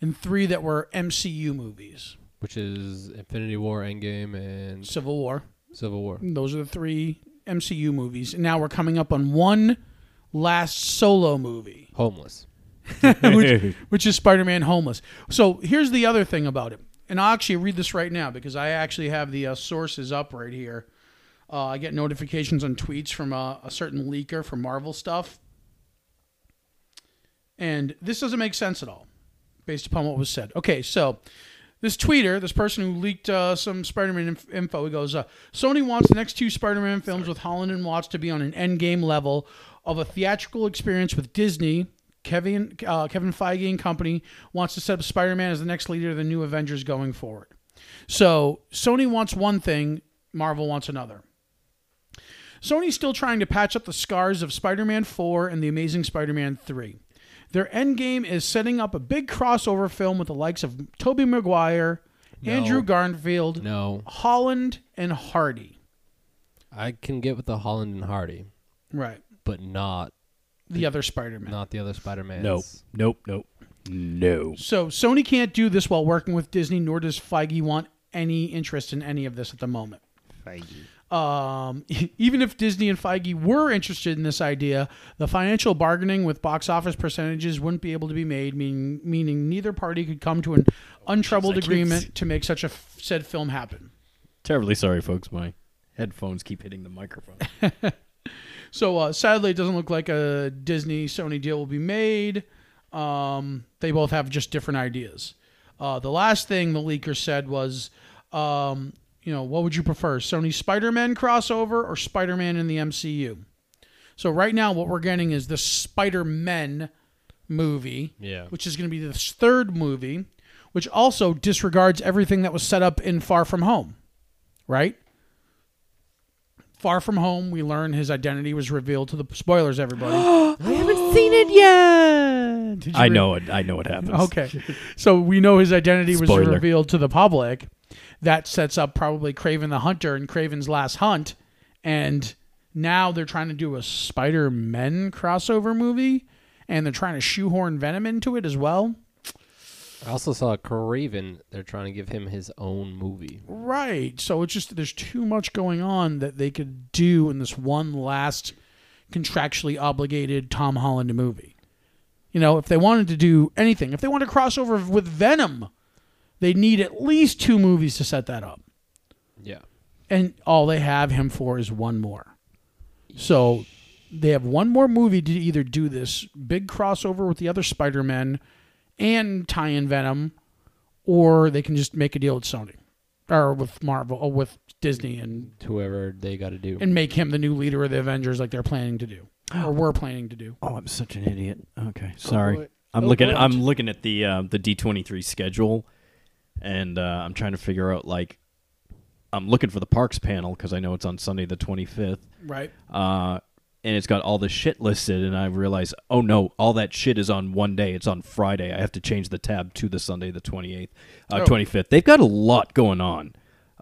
Speaker 5: and three that were MCU movies
Speaker 2: which is Infinity War, Endgame, and
Speaker 5: Civil War.
Speaker 2: Civil War.
Speaker 5: Those are the three MCU movies. And now we're coming up on one last solo movie,
Speaker 2: Homeless.
Speaker 5: which, which is Spider Man Homeless. So here's the other thing about it. And I'll actually read this right now because I actually have the uh, sources up right here. Uh, I get notifications on tweets from uh, a certain leaker for Marvel stuff. And this doesn't make sense at all based upon what was said. Okay, so this tweeter, this person who leaked uh, some Spider Man inf- info, he goes, uh, Sony wants the next two Spider Man films with Holland and Watts to be on an endgame level of a theatrical experience with Disney. Kevin, uh, Kevin Feige and company wants to set up Spider Man as the next leader of the new Avengers going forward. So Sony wants one thing, Marvel wants another. Sony's still trying to patch up the scars of Spider Man 4 and The Amazing Spider Man 3. Their endgame is setting up a big crossover film with the likes of Tobey Maguire, Andrew Garfield,
Speaker 2: No,
Speaker 5: Holland, and Hardy.
Speaker 2: I can get with the Holland and Hardy,
Speaker 5: Right.
Speaker 2: but not
Speaker 5: The other Spider Man.
Speaker 2: not the other Spider-Man.
Speaker 3: Nope. Nope. Nope. No.
Speaker 5: So Sony can't do this while working with Disney, nor does Feige want any interest in any of this at the moment. Um, even if Disney and Feige were interested in this idea, the financial bargaining with box office percentages wouldn't be able to be made, meaning meaning neither party could come to an untroubled
Speaker 3: Oh, I can't see.
Speaker 5: agreement to make such a f- said film happen.
Speaker 3: Terribly sorry, folks. My headphones keep hitting the microphone.
Speaker 5: So uh, sadly, it doesn't look like a Disney Sony deal will be made. Um, they both have just different ideas. Uh, the last thing the leaker said was, um, you know, what would you prefer, Sony Spider Man crossover or Spider Man in the MCU? So right now, what we're getting is the Spider Men movie,
Speaker 2: Yeah.
Speaker 5: which is going to be this third movie, which also disregards everything that was set up in Far From Home, right? Far From Home, we learn his identity was revealed to the spoilers. Everybody,
Speaker 3: I know it. I know what happens.
Speaker 5: okay, so we know his identity was
Speaker 3: Spoiler.
Speaker 5: revealed to the public. That sets up probably Craven the Hunter and Craven's Last Hunt, and now they're trying to do a Spider Men crossover movie, and they're trying to shoehorn Venom into it as well.
Speaker 2: I also saw Craven. They're trying to give him his own movie.
Speaker 5: Right. So it's just there's too much going on that they could do in this one last contractually obligated Tom Holland movie. You know, if they wanted to do anything, if they want to cross over with Venom, they need at least two movies to set that up.
Speaker 2: Yeah.
Speaker 5: And all they have him for is one more. So they have one more movie to either do this big crossover with the other Spider-Man and tie in Venom, or they can just make a deal with Sony or with Marvel or with Disney and
Speaker 2: Whoever they got to do.
Speaker 5: and make him the new leader of the Avengers like they're planning to do or were planning to do.
Speaker 3: Oh, I'm such an idiot. Okay, sorry. I'm looking. At, I'm looking at the um, the D23 schedule, and uh, I'm trying to figure out like, I'm looking for the parks panel because I know it's on Sunday the 25th,
Speaker 5: Right.
Speaker 3: uh, and it's got all the shit listed, and I realize, oh no, all that shit is on one day. It's on Friday. I have to change the tab to the Sunday the 28th, uh, 25th. They've got a lot going on.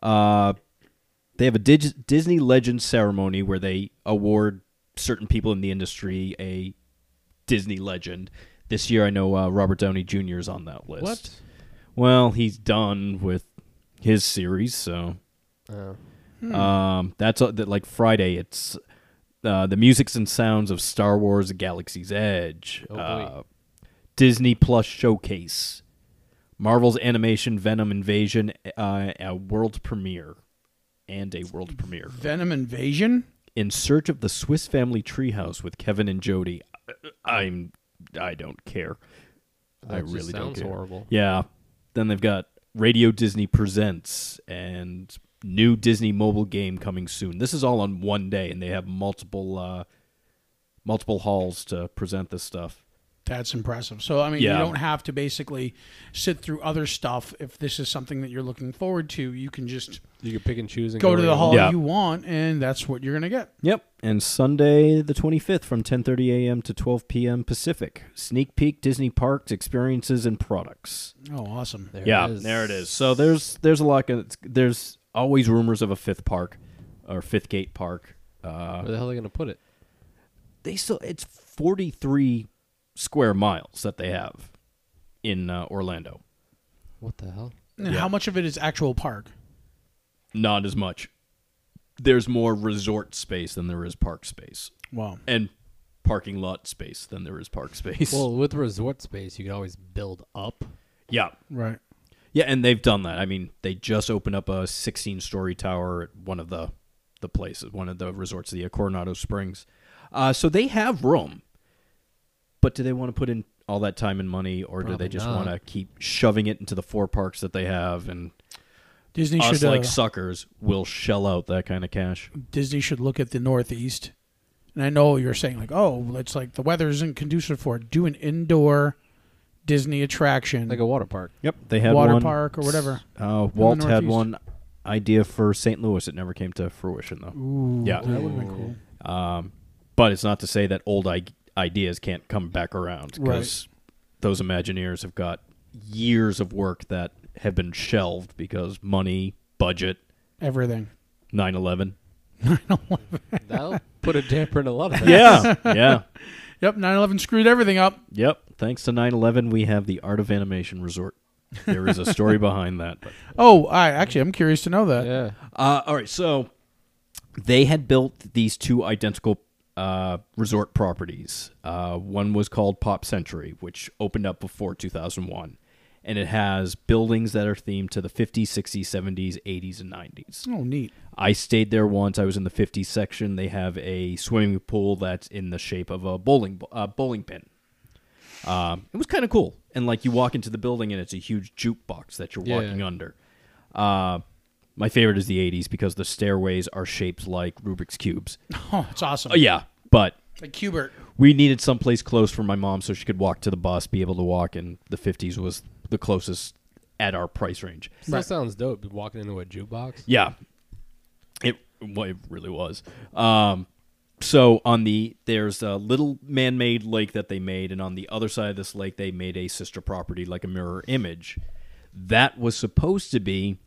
Speaker 3: Uh, they have a dig- Disney Legends ceremony where they award certain people in the industry a Disney legend. This year, I know uh, Robert Downey Jr. is on that list.
Speaker 2: What?
Speaker 3: Well, he's done with his series, so um, that's uh, that. Like Friday, it's uh, the musics and sounds of Star Wars: Galaxy's Edge,
Speaker 2: boy.
Speaker 3: uh, Disney Plus showcase, Marvel's animation Venom Invasion, uh, a world premiere, and a world premiere
Speaker 5: Venom Invasion.
Speaker 3: in search of the Swiss Family Treehouse with Kevin and Jody. I'm I don't care. I
Speaker 2: just
Speaker 3: really don't
Speaker 2: sounds
Speaker 3: care.
Speaker 2: horrible.
Speaker 3: Yeah. Then they've got Radio Disney Presents and new Disney mobile game coming soon. This is all on one day, and they have multiple uh, multiple halls to present this stuff.
Speaker 5: That's impressive. So I mean,
Speaker 3: Yeah.
Speaker 5: you don't have to basically sit through other stuff if this is something that you're looking forward to. You can just
Speaker 2: You could pick and choose and
Speaker 5: go to
Speaker 2: where
Speaker 5: the
Speaker 2: you
Speaker 5: hall
Speaker 2: want.
Speaker 3: Yeah.
Speaker 5: you want, and that's what you're gonna get.
Speaker 3: Yep. And Sunday the 25th from 10:30 a.m. to 12 p.m. Pacific. Sneak peek Disney parks, experiences and products.
Speaker 5: Oh, awesome!
Speaker 2: There
Speaker 3: yeah, there it is. So there's there's a lot. Of, there's always rumors of a fifth park or fifth gate park. Uh,
Speaker 2: Where the hell are they gonna put it?
Speaker 3: they still it's 43 square miles that they have in uh, Orlando.
Speaker 2: What the hell?
Speaker 5: And How much of it is actual park?
Speaker 3: Not as much. There's more resort space than there is park space,
Speaker 5: Wow.
Speaker 3: and parking lot space than there is park space.
Speaker 2: Well, with resort space, you can always build up.
Speaker 3: yeah,
Speaker 5: Right.
Speaker 3: yeah, and they've done that. I mean, they just opened up a 16 story tower at one of the the places, one of the resorts, the Coronado Springs. Uh, so they have room, but do they want to put in all that time and money, or do
Speaker 2: Probably
Speaker 3: they just
Speaker 2: not.
Speaker 3: want to keep shoving it into the four parks that they have? And
Speaker 5: Disney
Speaker 3: us,
Speaker 5: should uh,
Speaker 3: like suckers, will shell out that kind of cash.
Speaker 5: Disney should look at the Northeast. And I know you're saying like, oh, it's like the weather isn't conducive for it. Do an indoor Disney attraction,
Speaker 2: Like a water park.
Speaker 3: Yep, they had
Speaker 5: water
Speaker 3: one.
Speaker 5: park or whatever.
Speaker 3: Uh, Walt had
Speaker 5: Northeast.
Speaker 3: one. idea for St. Louis. It never came to fruition though. yeah,
Speaker 5: That would have been cool.
Speaker 3: but it's not to say that old I- ideas can't come back around because those Imagineers have got years of work that have been shelved because money, budget,
Speaker 5: Everything.
Speaker 3: 9/11.
Speaker 2: That'll put a damper in a lot of things.
Speaker 3: Yeah, yeah,
Speaker 5: Yep, 9/11 screwed everything up.
Speaker 3: yep. Thanks to 9/11, we have the Art of Animation Resort. There is a story behind that. but-
Speaker 5: Oh, I actually I'm curious to know that.
Speaker 2: Yeah.
Speaker 3: Uh, all right, so they had built these two identical uh, resort properties. Uh, one was called Pop Century, which opened up before 2001, and it has buildings that are themed to the 50s, 60s, 70s, 80s, and 90s.
Speaker 5: Oh, neat.
Speaker 3: I stayed there once. I was in the 50s section. They have a swimming pool that's in the shape of a bowling uh, bowling pin. Um, it was kind of cool. And like you walk into the building and it's a huge jukebox that you're
Speaker 2: Yeah.
Speaker 3: walking under. Uh, my favorite is the 80s because the stairways are shaped like Rubik's cubes.
Speaker 5: Oh, it's awesome.
Speaker 3: Oh yeah, but
Speaker 5: Like Cubert.
Speaker 3: we needed someplace close for my mom so she could walk to the bus, be able to walk, and the 50s was the closest at our price range.
Speaker 2: That sounds dope. Walking into a jukebox.
Speaker 3: Yeah, it well, it really was. Um, so on the there's a little man-made lake that they made, and on the other side of this lake, they made a sister property like a mirror image. That was supposed to be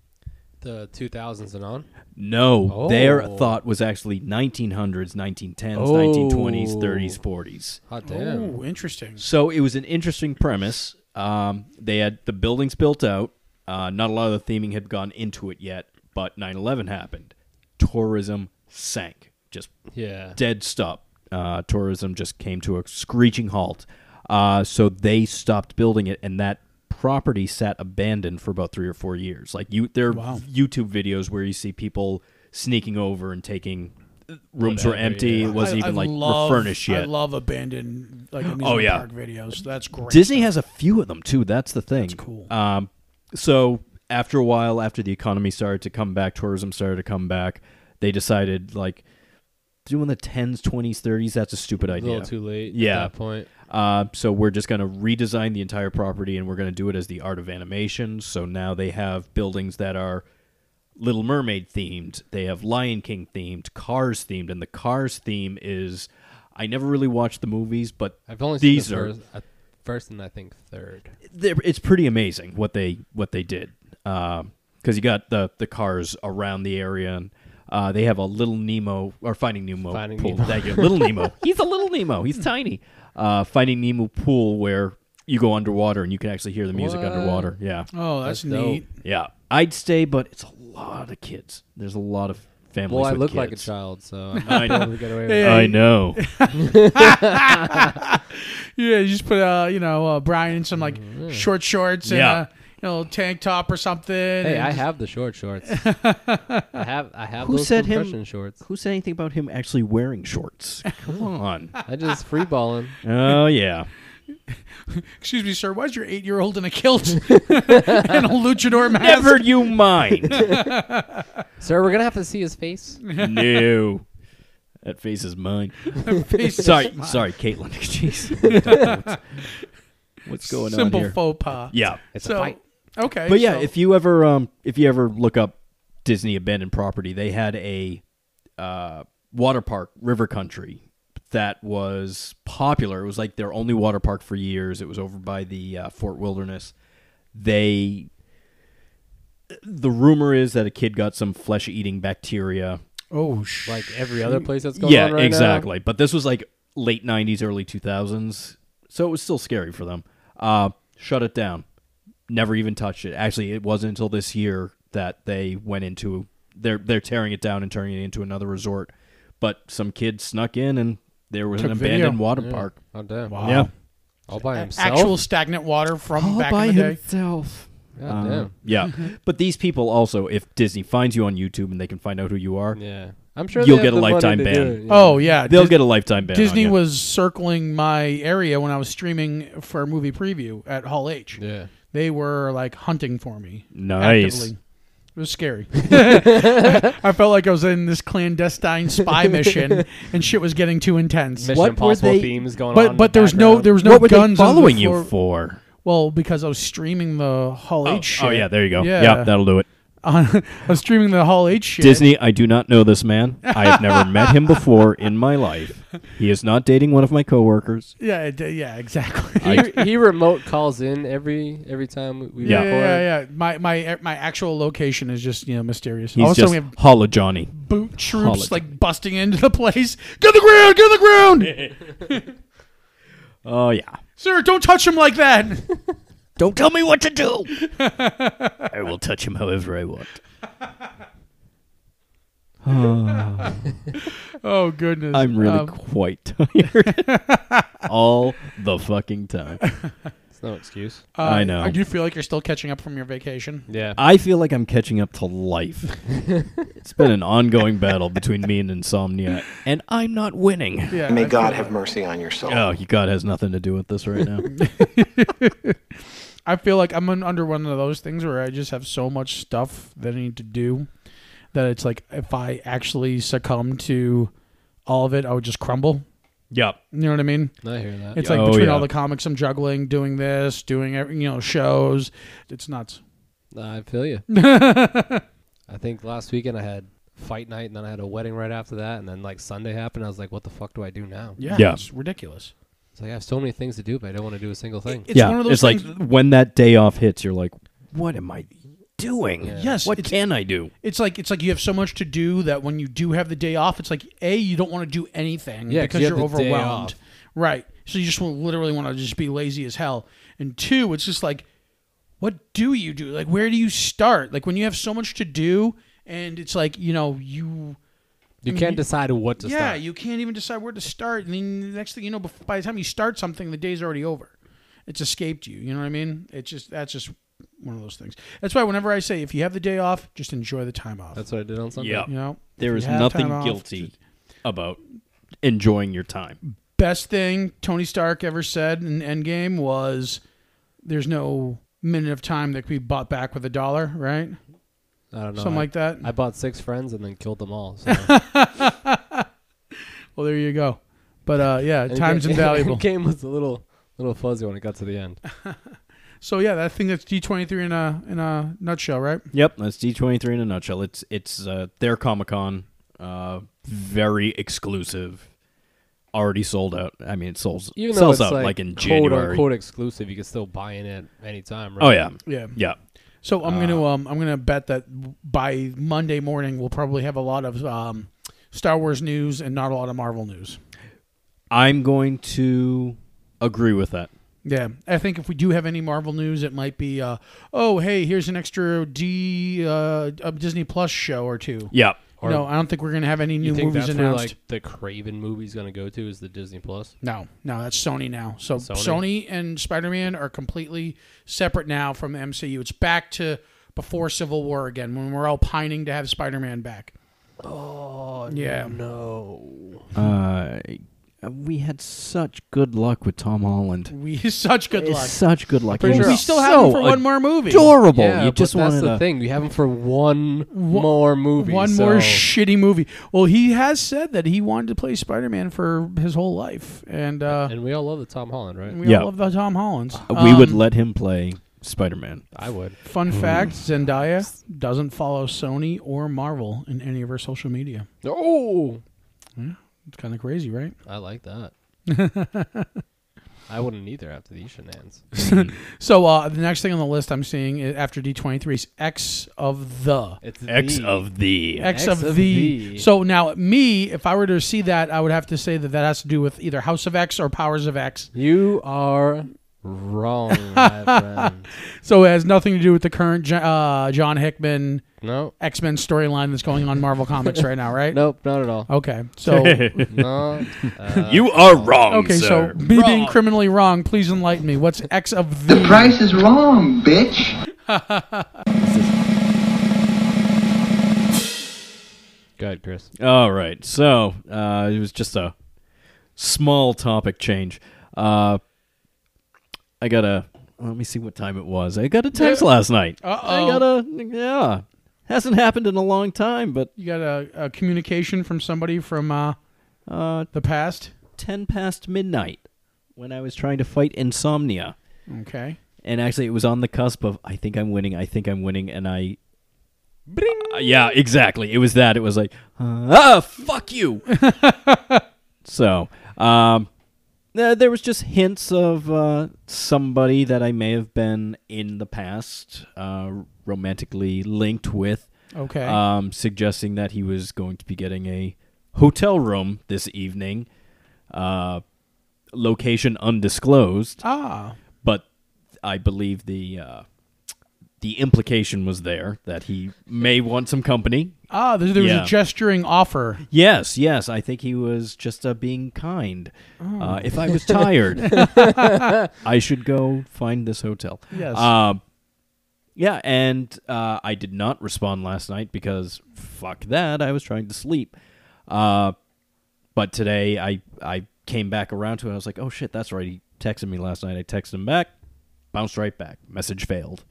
Speaker 2: The 2000s and on.
Speaker 3: no. Their
Speaker 2: Oh.
Speaker 3: thought was actually 1900s, 1910s,
Speaker 2: Oh.
Speaker 3: 1920s, 30s, 40s.
Speaker 2: Hot damn.
Speaker 5: Oh, interesting.
Speaker 3: So it was an interesting premise. Um, they had the buildings built out. Uh, not a lot of the theming had gone into it yet, but 9 11 happened. Tourism sank. Just
Speaker 2: Yeah.
Speaker 3: dead stop. Uh, tourism just came to a screeching halt. Uh, so they stopped building it, and that property sat abandoned for about three or four years. Like you, there are YouTube videos where you see people sneaking over and taking uh, rooms were
Speaker 2: Whatever,
Speaker 3: empty.
Speaker 2: yeah.
Speaker 3: It wasn't even like refurnished yet. Oh,
Speaker 5: I love abandoned like amusement
Speaker 3: yeah.
Speaker 5: park videos. That's great.
Speaker 3: Disney has a few of them too. That's the thing. That's
Speaker 5: cool.
Speaker 3: Um, so after a while, after the economy started to come back, tourism started to come back. They decided like doing the tens, twenties, thirties. That's a stupid
Speaker 2: A
Speaker 3: idea.
Speaker 2: little too late
Speaker 3: Yeah.
Speaker 2: at that point.
Speaker 3: Uh, so we're just going to redesign the entire property, and we're going to do it as the art of animation. So now they have buildings that are Little Mermaid themed. They have Lion King themed, Cars themed, and the Cars theme is. I never really watched the movies, but
Speaker 2: I've only
Speaker 3: these
Speaker 2: seen the
Speaker 3: are
Speaker 2: first, uh, first and I think third.
Speaker 3: they're- it's pretty amazing what they what they did because you got the the cars around the area and uh, they have a little Nemo or Finding Nemo
Speaker 2: Finding
Speaker 3: pool.
Speaker 2: Nemo.
Speaker 3: Thank you. Little Nemo. He's a little Nemo. He's tiny. Uh, Finding Nemo pool where you go underwater and you can actually hear the music
Speaker 2: What?
Speaker 3: underwater. Yeah,
Speaker 5: oh, that's,
Speaker 2: That's dope.
Speaker 5: neat.
Speaker 3: yeah. I'd stay, but it's a lot of kids. There's a lot of families.
Speaker 2: Well, I
Speaker 3: with
Speaker 2: look like a
Speaker 3: kids.
Speaker 2: child, so I'm
Speaker 3: I know.
Speaker 2: able to get away with it.
Speaker 3: I know.
Speaker 5: Yeah, you just put uh, you know, uh, Brian in some like
Speaker 2: Mm-hmm.
Speaker 5: short shorts and
Speaker 3: Yeah.
Speaker 5: uh, you know, tank top or something.
Speaker 2: Hey, I have the short shorts. I have I have
Speaker 3: Who
Speaker 2: those
Speaker 3: said him-
Speaker 2: compression shorts.
Speaker 3: Who said anything about him actually wearing shorts? Come on.
Speaker 2: I just free balling.
Speaker 3: oh yeah.
Speaker 5: Excuse me, sir. Why is your eight-year-old in a kilt and a luchador mask?
Speaker 3: Never you mind.
Speaker 2: Sir, we're gonna have to see his face.
Speaker 3: no. That face is mine. sorry, sorry, Caitlin. Jeez. What's going
Speaker 5: Simple
Speaker 3: on here?
Speaker 5: faux pas.
Speaker 3: yeah.
Speaker 5: so, Okay.
Speaker 3: But yeah,
Speaker 5: so-
Speaker 3: if you ever um if you ever look up Disney abandoned property, they had a uh water park, River Country, that was popular. It was like their only water park for years. It was over by the uh, Fort Wilderness. They the rumor is that a kid got some flesh-eating bacteria
Speaker 5: oh sh-
Speaker 2: Like every other place that's going
Speaker 3: Mm. yeah,
Speaker 2: on right now.
Speaker 3: exactly. But this was like late '90s, early 2000s, so it was still scary for them. Uh, shut it down. Never even touched it. Actually, it wasn't until this year that they went into they're they're tearing it down and turning it into another resort. But some kid snuck in and there was
Speaker 5: Took
Speaker 3: an
Speaker 5: video.
Speaker 3: abandoned water park.
Speaker 2: Oh damn!
Speaker 3: Yeah,
Speaker 2: All by himself.
Speaker 5: actual stagnant water from back in the day.
Speaker 3: himself. Um,
Speaker 2: God damn.
Speaker 3: Yeah, but these people also, if Disney finds you on YouTube and they can find out who you are,
Speaker 2: Yeah, I'm sure
Speaker 3: You'll
Speaker 2: they have
Speaker 3: get a
Speaker 2: the money
Speaker 3: lifetime
Speaker 2: to do
Speaker 3: ban.
Speaker 2: it, yeah.
Speaker 5: Oh yeah,
Speaker 3: they'll
Speaker 5: Dis-
Speaker 3: get a lifetime ban. on
Speaker 5: Disney
Speaker 3: you.
Speaker 5: was circling my area when I was streaming for a movie preview at Hall H.
Speaker 2: yeah.
Speaker 5: They were like hunting for me.
Speaker 3: Nice.
Speaker 5: actively. It was scary. I felt like I was in this clandestine spy mission, and shit was getting too intense.
Speaker 2: Mission
Speaker 3: What were
Speaker 2: Impossible
Speaker 3: they-
Speaker 2: themes going on.
Speaker 5: But
Speaker 2: in
Speaker 5: but
Speaker 2: the
Speaker 5: there was no
Speaker 2: background.
Speaker 5: there was no
Speaker 3: what were they
Speaker 5: guns on the
Speaker 3: following you
Speaker 5: floor.
Speaker 3: for?
Speaker 5: Well, because I was streaming the Hall H shit.
Speaker 3: Oh yeah, there you go.
Speaker 5: Yeah.
Speaker 3: Yeah, that'll do it.
Speaker 5: on, on streaming the Hall H shit.
Speaker 3: Disney, I do not know this man. I have never met him before in my life. He is not dating one of my coworkers.
Speaker 5: Yeah, it- yeah, exactly.
Speaker 3: I-
Speaker 2: he, he remote calls in every every time we
Speaker 3: Yeah.
Speaker 5: Yeah,
Speaker 2: record.
Speaker 5: yeah, yeah. My er, my my actual location is just you know mysterious.
Speaker 3: He's
Speaker 5: All of a
Speaker 3: just
Speaker 5: sudden we have
Speaker 3: holla Johnny.
Speaker 5: boot troops
Speaker 3: Holotype.
Speaker 5: like busting into the place. Get on the ground! Get on the ground!
Speaker 3: Oh yeah.
Speaker 5: Sir, don't touch him like that.
Speaker 3: Don't tell me what to do. I will touch him however I want.
Speaker 5: Oh goodness.
Speaker 3: I'm really
Speaker 5: Um,
Speaker 3: quite tired all the fucking time.
Speaker 2: It's no excuse.
Speaker 5: uh,
Speaker 3: I know.
Speaker 5: Do you feel like you're still catching up from your vacation?
Speaker 2: Yeah.
Speaker 3: I feel like I'm catching up to life. it's been an ongoing battle between me and insomnia, and I'm not winning.
Speaker 5: Yeah.
Speaker 9: May God have mercy on your soul.
Speaker 3: Oh, God has nothing to do with this right now.
Speaker 5: I feel like I'm un- under one of those things where I just have so much stuff that I need to do that it's like if I actually succumb to all of it, I would just crumble.
Speaker 3: yep.
Speaker 5: You know what I mean?
Speaker 2: I hear that.
Speaker 5: It's like
Speaker 3: Oh,
Speaker 5: between
Speaker 3: yeah.
Speaker 5: all the comics I'm juggling, doing this, doing ev- you know shows. It's nuts.
Speaker 2: I feel you. I think last weekend I had fight night, and then I had a wedding right after that, and then like Sunday happened. I was like, "What the fuck do I do now?"
Speaker 3: Yeah.
Speaker 5: it's ridiculous.
Speaker 2: It's like I have so many things to do, but I don't want to do a single thing.
Speaker 5: It's
Speaker 3: yeah.
Speaker 5: one of those
Speaker 3: it's
Speaker 5: things.
Speaker 3: like when that day off hits, you're like, what am I doing?
Speaker 5: Yes,
Speaker 3: What
Speaker 5: it's-
Speaker 3: can I do?
Speaker 5: it's like it's like you have so much to do that when you do have the day off, it's like a you don't want to do anything
Speaker 2: Yeah, 'cause
Speaker 5: because
Speaker 2: you
Speaker 5: you
Speaker 2: have
Speaker 5: are
Speaker 2: the day
Speaker 5: overwhelmed,
Speaker 2: off.
Speaker 5: right? So you just will literally want to just be lazy as hell. And two, it's just like, what do you do? Like, where do you start? Like when you have so much to do, and it's like you know you
Speaker 2: You can't decide what to
Speaker 5: yeah
Speaker 2: start.
Speaker 5: you can't even decide where to start, and then the next thing you know, bef- by the time you start something, the day's already over. It's escaped you. You know what I mean? It's just that's just one of those things. That's why whenever I say if you have the day off, just enjoy the time off.
Speaker 2: That's what I did on Sunday.
Speaker 3: Yeah.
Speaker 5: you know
Speaker 3: There
Speaker 5: if
Speaker 3: is
Speaker 5: you have
Speaker 3: nothing
Speaker 5: time off,
Speaker 3: guilty about enjoying your time.
Speaker 5: best thing Tony Stark ever said in Endgame was there's no minute of time that could be bought back with a dollar, right?
Speaker 2: I don't know.
Speaker 5: Something
Speaker 2: I,
Speaker 5: like that.
Speaker 2: I bought six friends and then killed them all. So.
Speaker 5: well, there you go. But uh, yeah,
Speaker 2: And it
Speaker 5: time's
Speaker 2: ga-
Speaker 5: invaluable.
Speaker 2: and game was a little little fuzzy when it got to the end.
Speaker 5: So yeah, that thing that's D23 in a in a nutshell, right?
Speaker 3: Yep, that's D23 in a nutshell. It's it's uh, their Comic Con, uh, very exclusive, already sold out. I mean, it sells
Speaker 2: Even though
Speaker 3: sells
Speaker 2: it's
Speaker 3: out
Speaker 2: like,
Speaker 3: like, in
Speaker 2: quote
Speaker 3: January.
Speaker 2: unquote exclusive, you can still buy in it anytime. Right?
Speaker 3: oh yeah,
Speaker 5: Yeah.
Speaker 3: yeah.
Speaker 5: So I'm gonna
Speaker 3: Uh.
Speaker 5: um I'm gonna bet that by Monday morning we'll probably have a lot of um, Star Wars news and not a lot of Marvel news.
Speaker 3: I'm going to agree with that.
Speaker 5: Yeah, I think if we do have any Marvel news, it might be, uh, oh, hey, here's an extra D uh, a Disney Plus show or two.
Speaker 3: Yeah,
Speaker 5: no, I don't think we're gonna have any
Speaker 2: You
Speaker 5: new
Speaker 2: think
Speaker 5: movies
Speaker 2: that's where
Speaker 5: announced.
Speaker 2: like the Craven movie's gonna go to is the Disney Plus?
Speaker 5: no, no, that's Sony now. So
Speaker 2: Sony?
Speaker 5: Sony, and Spider Man are completely separate now from the MCU. It's back to before Civil War again, when we're all pining to have Spider Man back. Oh yeah,
Speaker 2: No.
Speaker 3: uh,
Speaker 5: Mm-hmm.
Speaker 3: we had such good luck with Tom Holland.
Speaker 5: we such good
Speaker 3: It's
Speaker 5: luck.
Speaker 3: such good luck.
Speaker 2: Pretty
Speaker 3: He
Speaker 2: sure-
Speaker 5: we
Speaker 3: was
Speaker 5: still have
Speaker 3: so
Speaker 5: him for one more movie.
Speaker 3: Adorable.
Speaker 2: Yeah,
Speaker 3: you
Speaker 2: but
Speaker 3: just
Speaker 2: that's
Speaker 3: wanted
Speaker 2: the
Speaker 3: to-
Speaker 2: thing. You have him for one more movie.
Speaker 5: One
Speaker 2: so
Speaker 5: more shitty movie. Well, he has said that he wanted to play Spider Man for his whole life, and uh,
Speaker 2: and we all love the Tom Holland, right?
Speaker 5: we
Speaker 3: Yeah. Uh,
Speaker 5: all love the Tom Hollands.
Speaker 3: We would Mm-hmm.
Speaker 5: Um,
Speaker 3: let him play Spider Man.
Speaker 2: I would.
Speaker 5: Fun fact: Zendaya doesn't follow Sony or Marvel in any of her social media.
Speaker 2: Oh,
Speaker 5: It's kind of crazy, right?
Speaker 2: I like that. I wouldn't either after these shenanigans.
Speaker 5: So uh, the next thing on the list I'm seeing i- after D23 is X of the.
Speaker 2: It's
Speaker 3: X
Speaker 2: the-
Speaker 3: of the.
Speaker 5: X,
Speaker 2: X
Speaker 5: of,
Speaker 2: of
Speaker 5: the.
Speaker 2: the.
Speaker 5: So now, me, if I were to see that, I would have to say that that has to do with either House of X or Powers of X.
Speaker 2: You are wrong, my friend.
Speaker 5: So it has nothing to do with the current Jo- uh, John Hickman
Speaker 2: No,
Speaker 5: X Men storyline that's going on Marvel Comics right now, right?
Speaker 2: nope, not at all.
Speaker 5: Okay, so
Speaker 2: No,
Speaker 3: you are wrong,
Speaker 5: Uh, okay, so
Speaker 3: sir.
Speaker 5: me being criminally wrong, please enlighten me. What's X of
Speaker 4: The
Speaker 5: the?
Speaker 4: price is wrong, bitch.
Speaker 2: go ahead, Chris.
Speaker 3: All right. So uh, it was just a small topic change. Uh, I got a. Let me see what time it was. I got a text last night. Uh-oh. I got a. Yeah. Hasn't happened in a long time, but
Speaker 5: You got a, a communication from somebody from uh,
Speaker 3: uh,
Speaker 5: the past.
Speaker 3: 10 past midnight when I was trying to fight insomnia.
Speaker 5: Okay.
Speaker 3: And actually, it was on the cusp of I think I'm winning, I think I'm winning, and I Uh, yeah, exactly. It was that. It was like, ah, fuck you. so, um, uh, there was just hints of uh, somebody that I may have been in the past uh, romantically linked with,
Speaker 5: Okay.
Speaker 3: um, suggesting that he was going to be getting a hotel room this evening, uh, location undisclosed
Speaker 5: ah.
Speaker 3: but I believe the uh, the implication was there that he may want some company.
Speaker 5: Ah, there, there was
Speaker 3: Yeah.
Speaker 5: a gesturing offer.
Speaker 3: Yes, yes, I think he was just uh, being kind. Uh, if I was tired, I should go find this hotel.
Speaker 5: Yes.
Speaker 3: Um, yeah, and uh, I did not respond last night because fuck that, I was trying to sleep. Uh, but today I I came back around to it. I was like, oh shit, that's right. He texted me last night. I texted him back, bounced right back. Message failed.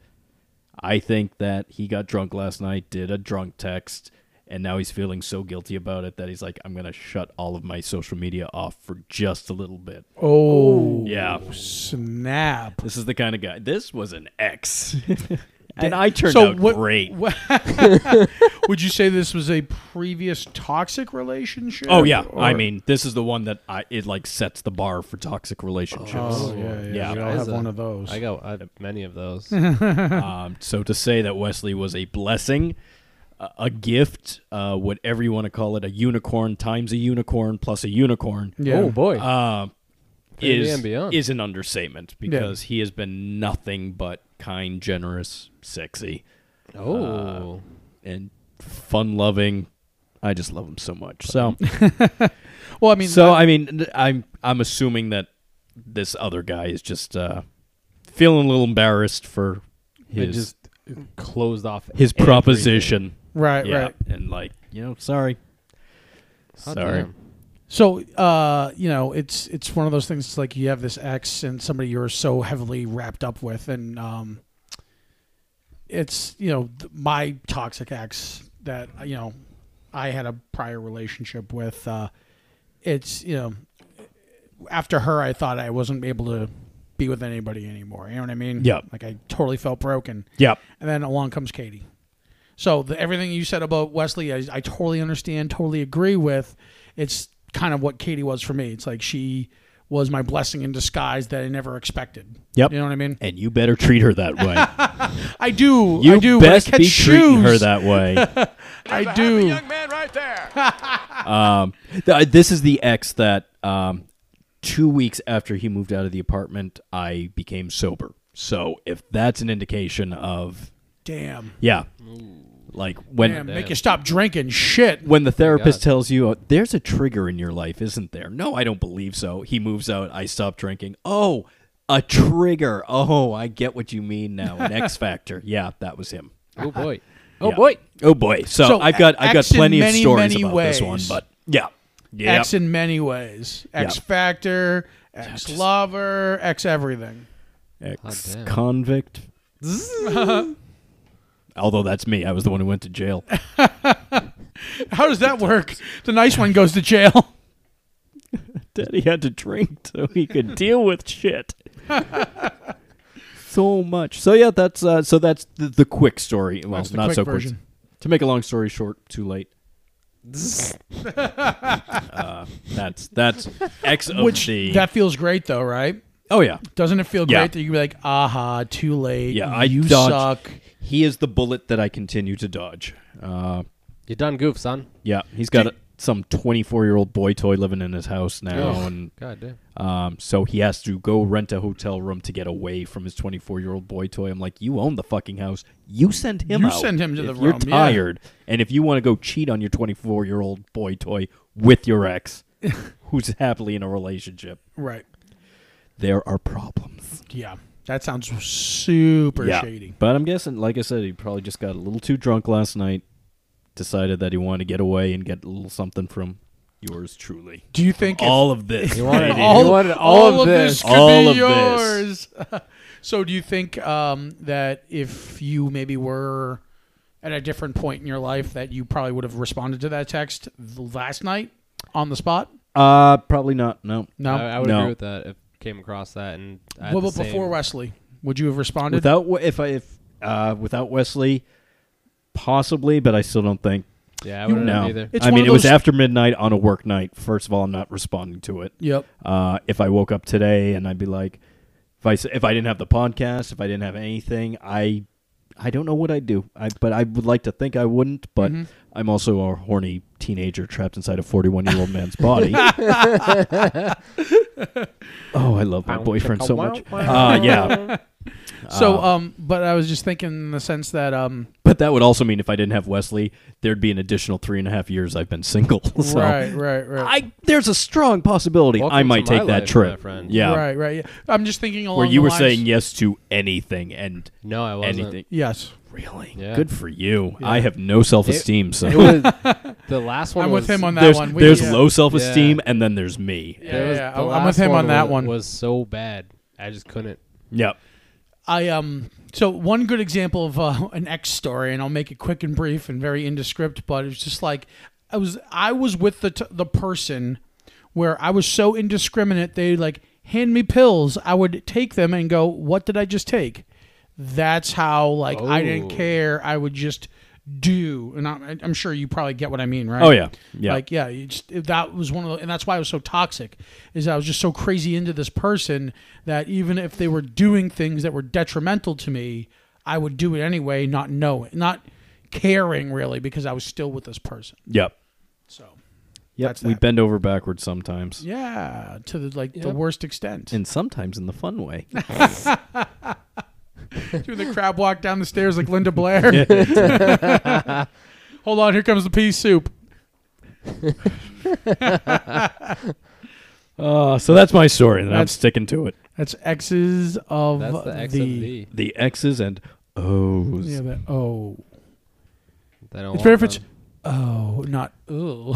Speaker 3: I think that he got drunk last night, did a drunk text, and now he's feeling so guilty about it that he's like, I'm gonna shut all of my social media off for just a little bit.
Speaker 5: Oh,
Speaker 3: Yeah,
Speaker 5: snap.
Speaker 3: this is the kind of guy. This was an ex, and I turned
Speaker 5: so
Speaker 3: out
Speaker 5: what-
Speaker 3: great.
Speaker 5: Would you say this was a previous toxic relationship?
Speaker 3: Oh yeah, I
Speaker 5: Or-
Speaker 3: mean, this is the one that I it like sets the bar for toxic relationships.
Speaker 5: Oh, yeah, yeah.
Speaker 3: Yeah.
Speaker 5: we all
Speaker 2: Guys,
Speaker 5: have
Speaker 2: uh,
Speaker 5: one of those.
Speaker 2: I got I had many of those.
Speaker 5: Oh.
Speaker 3: Um, so to say that Wesley was a blessing, a, a gift, uh, whatever you want to call it, a unicorn times a unicorn plus a unicorn,
Speaker 5: yeah.
Speaker 2: Oh boy.
Speaker 3: uh,
Speaker 2: Pretty
Speaker 3: is
Speaker 2: and beyond.
Speaker 3: is an understatement because he has been nothing but kind, generous, sexy,
Speaker 2: oh.
Speaker 3: and fun loving. I just love him so much. So.
Speaker 5: well, I mean,
Speaker 3: So I mean, th- I'm I'm assuming that this other guy is just uh, feeling a little embarrassed for
Speaker 2: it
Speaker 3: his
Speaker 2: just closed off
Speaker 3: his
Speaker 2: everything.
Speaker 3: proposition.
Speaker 5: right,
Speaker 3: yeah,
Speaker 5: right.
Speaker 3: and like you know, sorry,
Speaker 2: Hot
Speaker 3: sorry.
Speaker 2: Oh, damn.
Speaker 5: So, uh, you know, it's it's one of those things. It's like you have this ex and somebody you're so heavily wrapped up with, and um, it's you know th- my toxic ex that you know I had a prior relationship with. Uh, it's you know after her, I thought I wasn't able to be with anybody anymore. You know what I mean?
Speaker 3: Yep.
Speaker 5: Like I totally felt broken.
Speaker 3: Yep.
Speaker 5: And then along comes Katie. So the, everything you said about Wesley, I, I totally understand, totally agree with. It's kind of what Katie was for me. It's like she was my blessing in disguise that I never expected.
Speaker 3: Yep.
Speaker 5: You know what I mean?
Speaker 3: And you better treat her that way.
Speaker 5: I do.
Speaker 3: You
Speaker 5: I do. when I
Speaker 3: best
Speaker 5: catch
Speaker 3: be treating
Speaker 5: shoes,
Speaker 3: her that way.
Speaker 5: I do.
Speaker 6: man right there.
Speaker 3: Th- uh, this is the ex that um, two weeks after he moved out of the apartment, I became sober. So if that's an indication of
Speaker 5: Damn.
Speaker 3: yeah, like when
Speaker 5: Damn. Make you stop drinking shit.
Speaker 3: when the therapist tells you oh, there's a trigger in your life isn't there no i don't believe so he moves out i stop drinking oh a trigger oh i get what you mean now an x factor yeah that was him
Speaker 2: Oh boy. Oh
Speaker 3: Yeah.
Speaker 2: boy.
Speaker 3: oh boy so,
Speaker 5: So,
Speaker 3: i've got i've got
Speaker 5: X in
Speaker 3: plenty
Speaker 5: many,
Speaker 3: of stories
Speaker 5: many
Speaker 3: about this one
Speaker 5: ways.
Speaker 3: but yeah yeah
Speaker 5: X in many ways. X
Speaker 3: Yep.
Speaker 5: factor. X lover. X everything.
Speaker 3: ex convict although that's me i was the one who went to jail
Speaker 5: How does that work? The nice one goes to jail.
Speaker 3: daddy had to drink so he could deal with shit so much so yeah that's uh, so that's the, the quick story well
Speaker 5: That's the
Speaker 3: not
Speaker 5: quick
Speaker 3: so
Speaker 5: version.
Speaker 3: quick to make a long story short too late Uh, that's that's x of
Speaker 5: Which
Speaker 3: the
Speaker 5: that feels great though, right?
Speaker 3: oh yeah
Speaker 5: Doesn't it feel
Speaker 3: Yeah.
Speaker 5: great that you can be like, aha, too late.
Speaker 3: yeah i
Speaker 5: you
Speaker 3: dodge
Speaker 5: suck.
Speaker 3: he is the bullet that i continue to dodge uh,
Speaker 2: You done goof, son.
Speaker 3: yeah he's got a, some 24 year old boy toy living in his house now
Speaker 2: Ugh.
Speaker 3: and
Speaker 2: God damn.
Speaker 3: Um, so he has to go rent a hotel room to get away from his 24 year old boy toy. I'm like, you own the fucking house. You send him.
Speaker 5: You
Speaker 3: out
Speaker 5: send him to the
Speaker 3: if You're
Speaker 5: room, yeah.
Speaker 3: tired, and if you want to go cheat on your 24 year old boy toy with your ex, who's happily in a relationship,
Speaker 5: Right.
Speaker 3: there are problems.
Speaker 5: Yeah. That sounds super shady.
Speaker 3: But I'm guessing, like I said, he probably just got a little too drunk last night, decided that he wanted to get away and get a little something from yours truly.
Speaker 5: Do you think if
Speaker 3: All of this. baby.
Speaker 2: all- You wanted all of this.
Speaker 5: could
Speaker 3: All
Speaker 5: be
Speaker 3: of
Speaker 5: yours?
Speaker 3: this.
Speaker 5: so do you think um, that if you maybe were at a different point in your life that you probably would have responded to that text th- last night on the spot?
Speaker 3: Uh, probably not. No.
Speaker 5: No.
Speaker 2: I, I would
Speaker 3: No.
Speaker 2: agree with that if came across that and I had
Speaker 5: what
Speaker 2: the
Speaker 5: about
Speaker 2: same-
Speaker 5: before Wesley? Would you have responded?
Speaker 3: without we- if I if uh, without Wesley, Possibly, but I still don't think.
Speaker 2: Yeah, I wouldn't
Speaker 3: No,
Speaker 2: have either.
Speaker 5: It's
Speaker 3: I
Speaker 5: one
Speaker 3: mean
Speaker 5: of
Speaker 3: it was
Speaker 5: those-
Speaker 3: after midnight on a work night. First of all, I'm not responding to it.
Speaker 5: Yep.
Speaker 3: Uh, if I woke up today and I'd be like, if I s- if I didn't have the podcast, if I didn't have anything, I I don't know what I'd do. I but I would like to think I wouldn't. But
Speaker 5: Mm-hmm.
Speaker 3: I'm also a horny teenager trapped inside a 41 year old man's body. oh, I love my boyfriend so much. Uh, yeah,
Speaker 5: So
Speaker 2: Ah.
Speaker 5: um, but I was just thinking in the sense that um,
Speaker 3: but that would also mean if I didn't have Wesley, there'd be an additional three and a half years I've been single. So
Speaker 5: right, right, right.
Speaker 3: I there's a strong possibility
Speaker 2: Welcome
Speaker 3: I
Speaker 2: to
Speaker 3: might
Speaker 2: my
Speaker 3: take that
Speaker 2: life,
Speaker 3: trip.
Speaker 2: my friend.
Speaker 3: Yeah.
Speaker 5: Right, right. Yeah. I'm just thinking along
Speaker 3: Where you
Speaker 5: the
Speaker 3: were
Speaker 5: lines-
Speaker 3: saying yes to anything and
Speaker 2: No, I wasn't.
Speaker 3: anything.
Speaker 5: yes.
Speaker 3: Really?
Speaker 2: Yeah.
Speaker 3: Good for you. I have no self esteem. So
Speaker 2: It was, the last one
Speaker 5: I'm
Speaker 2: was,
Speaker 5: with him on that
Speaker 3: there's,
Speaker 5: one. We-
Speaker 3: there's
Speaker 5: yeah.
Speaker 3: low self esteem
Speaker 2: Yeah.
Speaker 3: and then there's me.
Speaker 5: Yeah,
Speaker 2: there was-
Speaker 5: yeah,
Speaker 2: the
Speaker 5: I'm
Speaker 2: last
Speaker 5: with him on that
Speaker 2: was,
Speaker 5: one.
Speaker 2: Was so bad. I just couldn't.
Speaker 3: Yep.
Speaker 5: I um so one good example of uh, an ex story, and I'll make it quick and brief and very indescript, but it's just like I was I was with the t- the person where I was so indiscriminate they like hand me pills, I would take them and go, what did I just take? That's how like I didn't
Speaker 2: Oh.
Speaker 5: care, I would just do, and I'm, I'm sure you probably get what I mean, right?
Speaker 3: Oh, yeah. Yeah.
Speaker 5: Like yeah, you just if that was one of the, and that's why I was so toxic, is I was just so crazy into this person that even if they were doing things that were detrimental to me, I would do it anyway, not knowing, not caring really, because I was still with this person.
Speaker 3: Yep.
Speaker 5: So
Speaker 3: Yep.
Speaker 5: That's
Speaker 3: we
Speaker 5: that.
Speaker 3: bend over backwards sometimes.
Speaker 5: yeah, to the like the worst extent.
Speaker 3: And sometimes in the fun way.
Speaker 5: Doing the crab walk down the stairs like Linda Blair. Hold on, here comes the pea soup.
Speaker 3: Uh, so that's my story, and I'm
Speaker 5: That's-
Speaker 3: sticking to it.
Speaker 5: That's X's of
Speaker 2: That's the E. X of D.
Speaker 3: The X's and O's.
Speaker 5: Yeah, that oh.
Speaker 2: They don't
Speaker 5: It's
Speaker 2: want
Speaker 5: fair if it's
Speaker 2: them.
Speaker 5: oh, not ooh.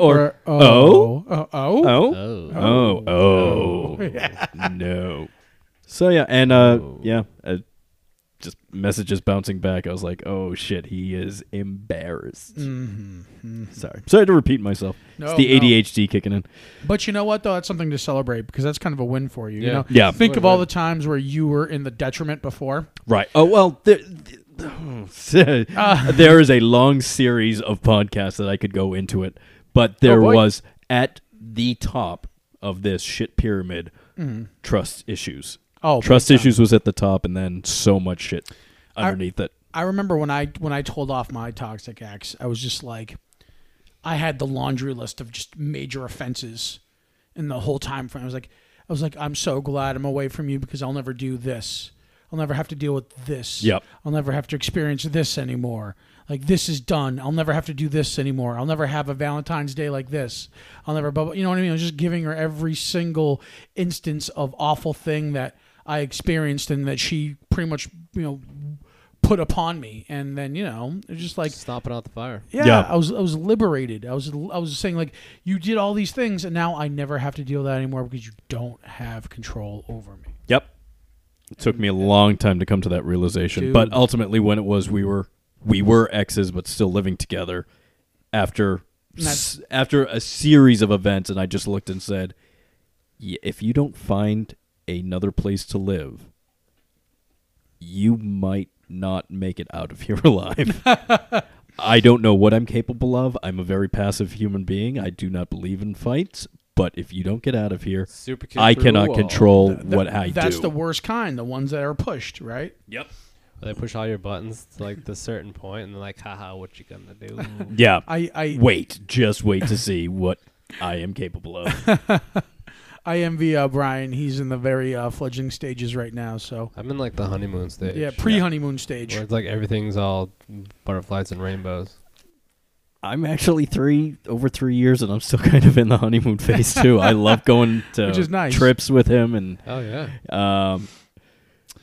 Speaker 3: Or
Speaker 5: oh, oh,
Speaker 3: oh,
Speaker 5: oh,
Speaker 2: Uh, Oh.
Speaker 3: oh, oh, no. So yeah, and uh, yeah, uh, just messages bouncing back. I was like, oh shit, he is embarrassed. Sorry, sorry to repeat myself.
Speaker 5: No,
Speaker 3: it's the
Speaker 5: no.
Speaker 3: ADHD kicking in.
Speaker 5: But you know what though? That's something to celebrate because that's kind of a win for you.
Speaker 2: Yeah.
Speaker 5: You know,
Speaker 3: Yeah.
Speaker 5: Think
Speaker 2: What a
Speaker 5: of all
Speaker 2: win.
Speaker 5: the times where you were in the detriment before.
Speaker 3: Right. Oh well, there, there- there is a long series of podcasts that I could go into it, but there
Speaker 5: Oh, boy.
Speaker 3: was at the top of this shit pyramid trust issues.
Speaker 5: Mm. Oh, big
Speaker 3: trust
Speaker 5: time.
Speaker 3: issues was at the top, and then so much shit underneath it.
Speaker 5: I remember when I when I told off my toxic ex, I was just like, I had the laundry list of just major offenses in the whole time frame. I was like, I was like, I'm so glad I'm away from you because I'll never do this. I'll never have to deal with this.
Speaker 3: Yep.
Speaker 5: I'll never have to experience this anymore. Like this is done. I'll never have to do this anymore. I'll never have a Valentine's Day like this. I'll never, blah, blah, you know what I mean? I was just giving her every single instance of awful thing that I experienced and that she pretty much, you know, put upon me. And then, you know, it was just like
Speaker 2: Stomping out the fire.
Speaker 5: yeah,
Speaker 3: Yeah.
Speaker 5: I was I was liberated. I was I was saying like you did all these things and now I never have to deal with that anymore because you don't have control over me.
Speaker 3: Yep. It took me a long time to come to that realization,
Speaker 5: Dude.
Speaker 3: but ultimately, when it was, we were we were exes, but still living together. After
Speaker 5: That's-
Speaker 3: s- after a series of events, and I just looked and said, "Y- "If you don't find another place to live, you might not make it out of here alive." I don't know what I'm capable of. I'm a very passive human being. I do not believe in fights. But if you don't get out of here,
Speaker 2: Super kick
Speaker 3: I
Speaker 2: through the
Speaker 3: cannot
Speaker 2: wall.
Speaker 3: control
Speaker 5: That-
Speaker 3: what I
Speaker 5: That's
Speaker 3: do.
Speaker 5: the worst kind, the ones that are pushed, right?
Speaker 3: Yep.
Speaker 2: They push all your buttons to like the certain point, and they're like, "Haha, what you gonna do?"
Speaker 3: Yeah.
Speaker 5: I I
Speaker 3: wait, just wait to see what I am capable of.
Speaker 5: I envy uh, Brian. He's in the very uh, fledgling stages right now. So
Speaker 2: I'm in like the honeymoon stage.
Speaker 5: yeah, pre honeymoon stage.
Speaker 2: Where it's like everything's all butterflies and rainbows.
Speaker 3: I'm actually three over three years, and I'm still kind of in the honeymoon phase too. I love going to
Speaker 5: Which is nice.
Speaker 3: trips with him, and
Speaker 2: Oh yeah.
Speaker 3: um,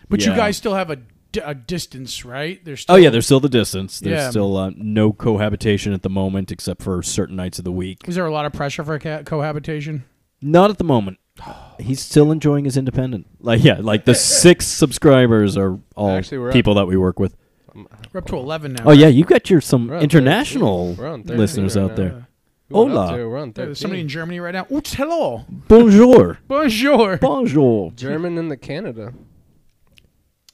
Speaker 5: But
Speaker 3: yeah.
Speaker 5: you guys still have a, di- a distance, right? There's
Speaker 3: oh yeah, there's still the distance. There's
Speaker 5: Yeah.
Speaker 3: still uh, no cohabitation at the moment, except for certain nights of the week.
Speaker 5: Is there a lot of pressure for ca- cohabitation?
Speaker 3: Not at the moment. He's still enjoying his independent. Like yeah, like the six subscribers are all
Speaker 2: Actually, we're up.
Speaker 3: people that we work with.
Speaker 5: We're up to 11 now.
Speaker 3: Oh yeah, you got your some
Speaker 2: We're on
Speaker 3: international
Speaker 2: 13. We're on 13
Speaker 3: listeners
Speaker 2: right
Speaker 3: out
Speaker 2: now.
Speaker 3: there.
Speaker 2: We're up
Speaker 3: Hola.
Speaker 2: to- We're on thirteen.
Speaker 5: Yeah, There's somebody in Germany right now. Oops, hello.
Speaker 3: Bonjour.
Speaker 5: Bonjour.
Speaker 3: Bonjour.
Speaker 2: German and the Canada.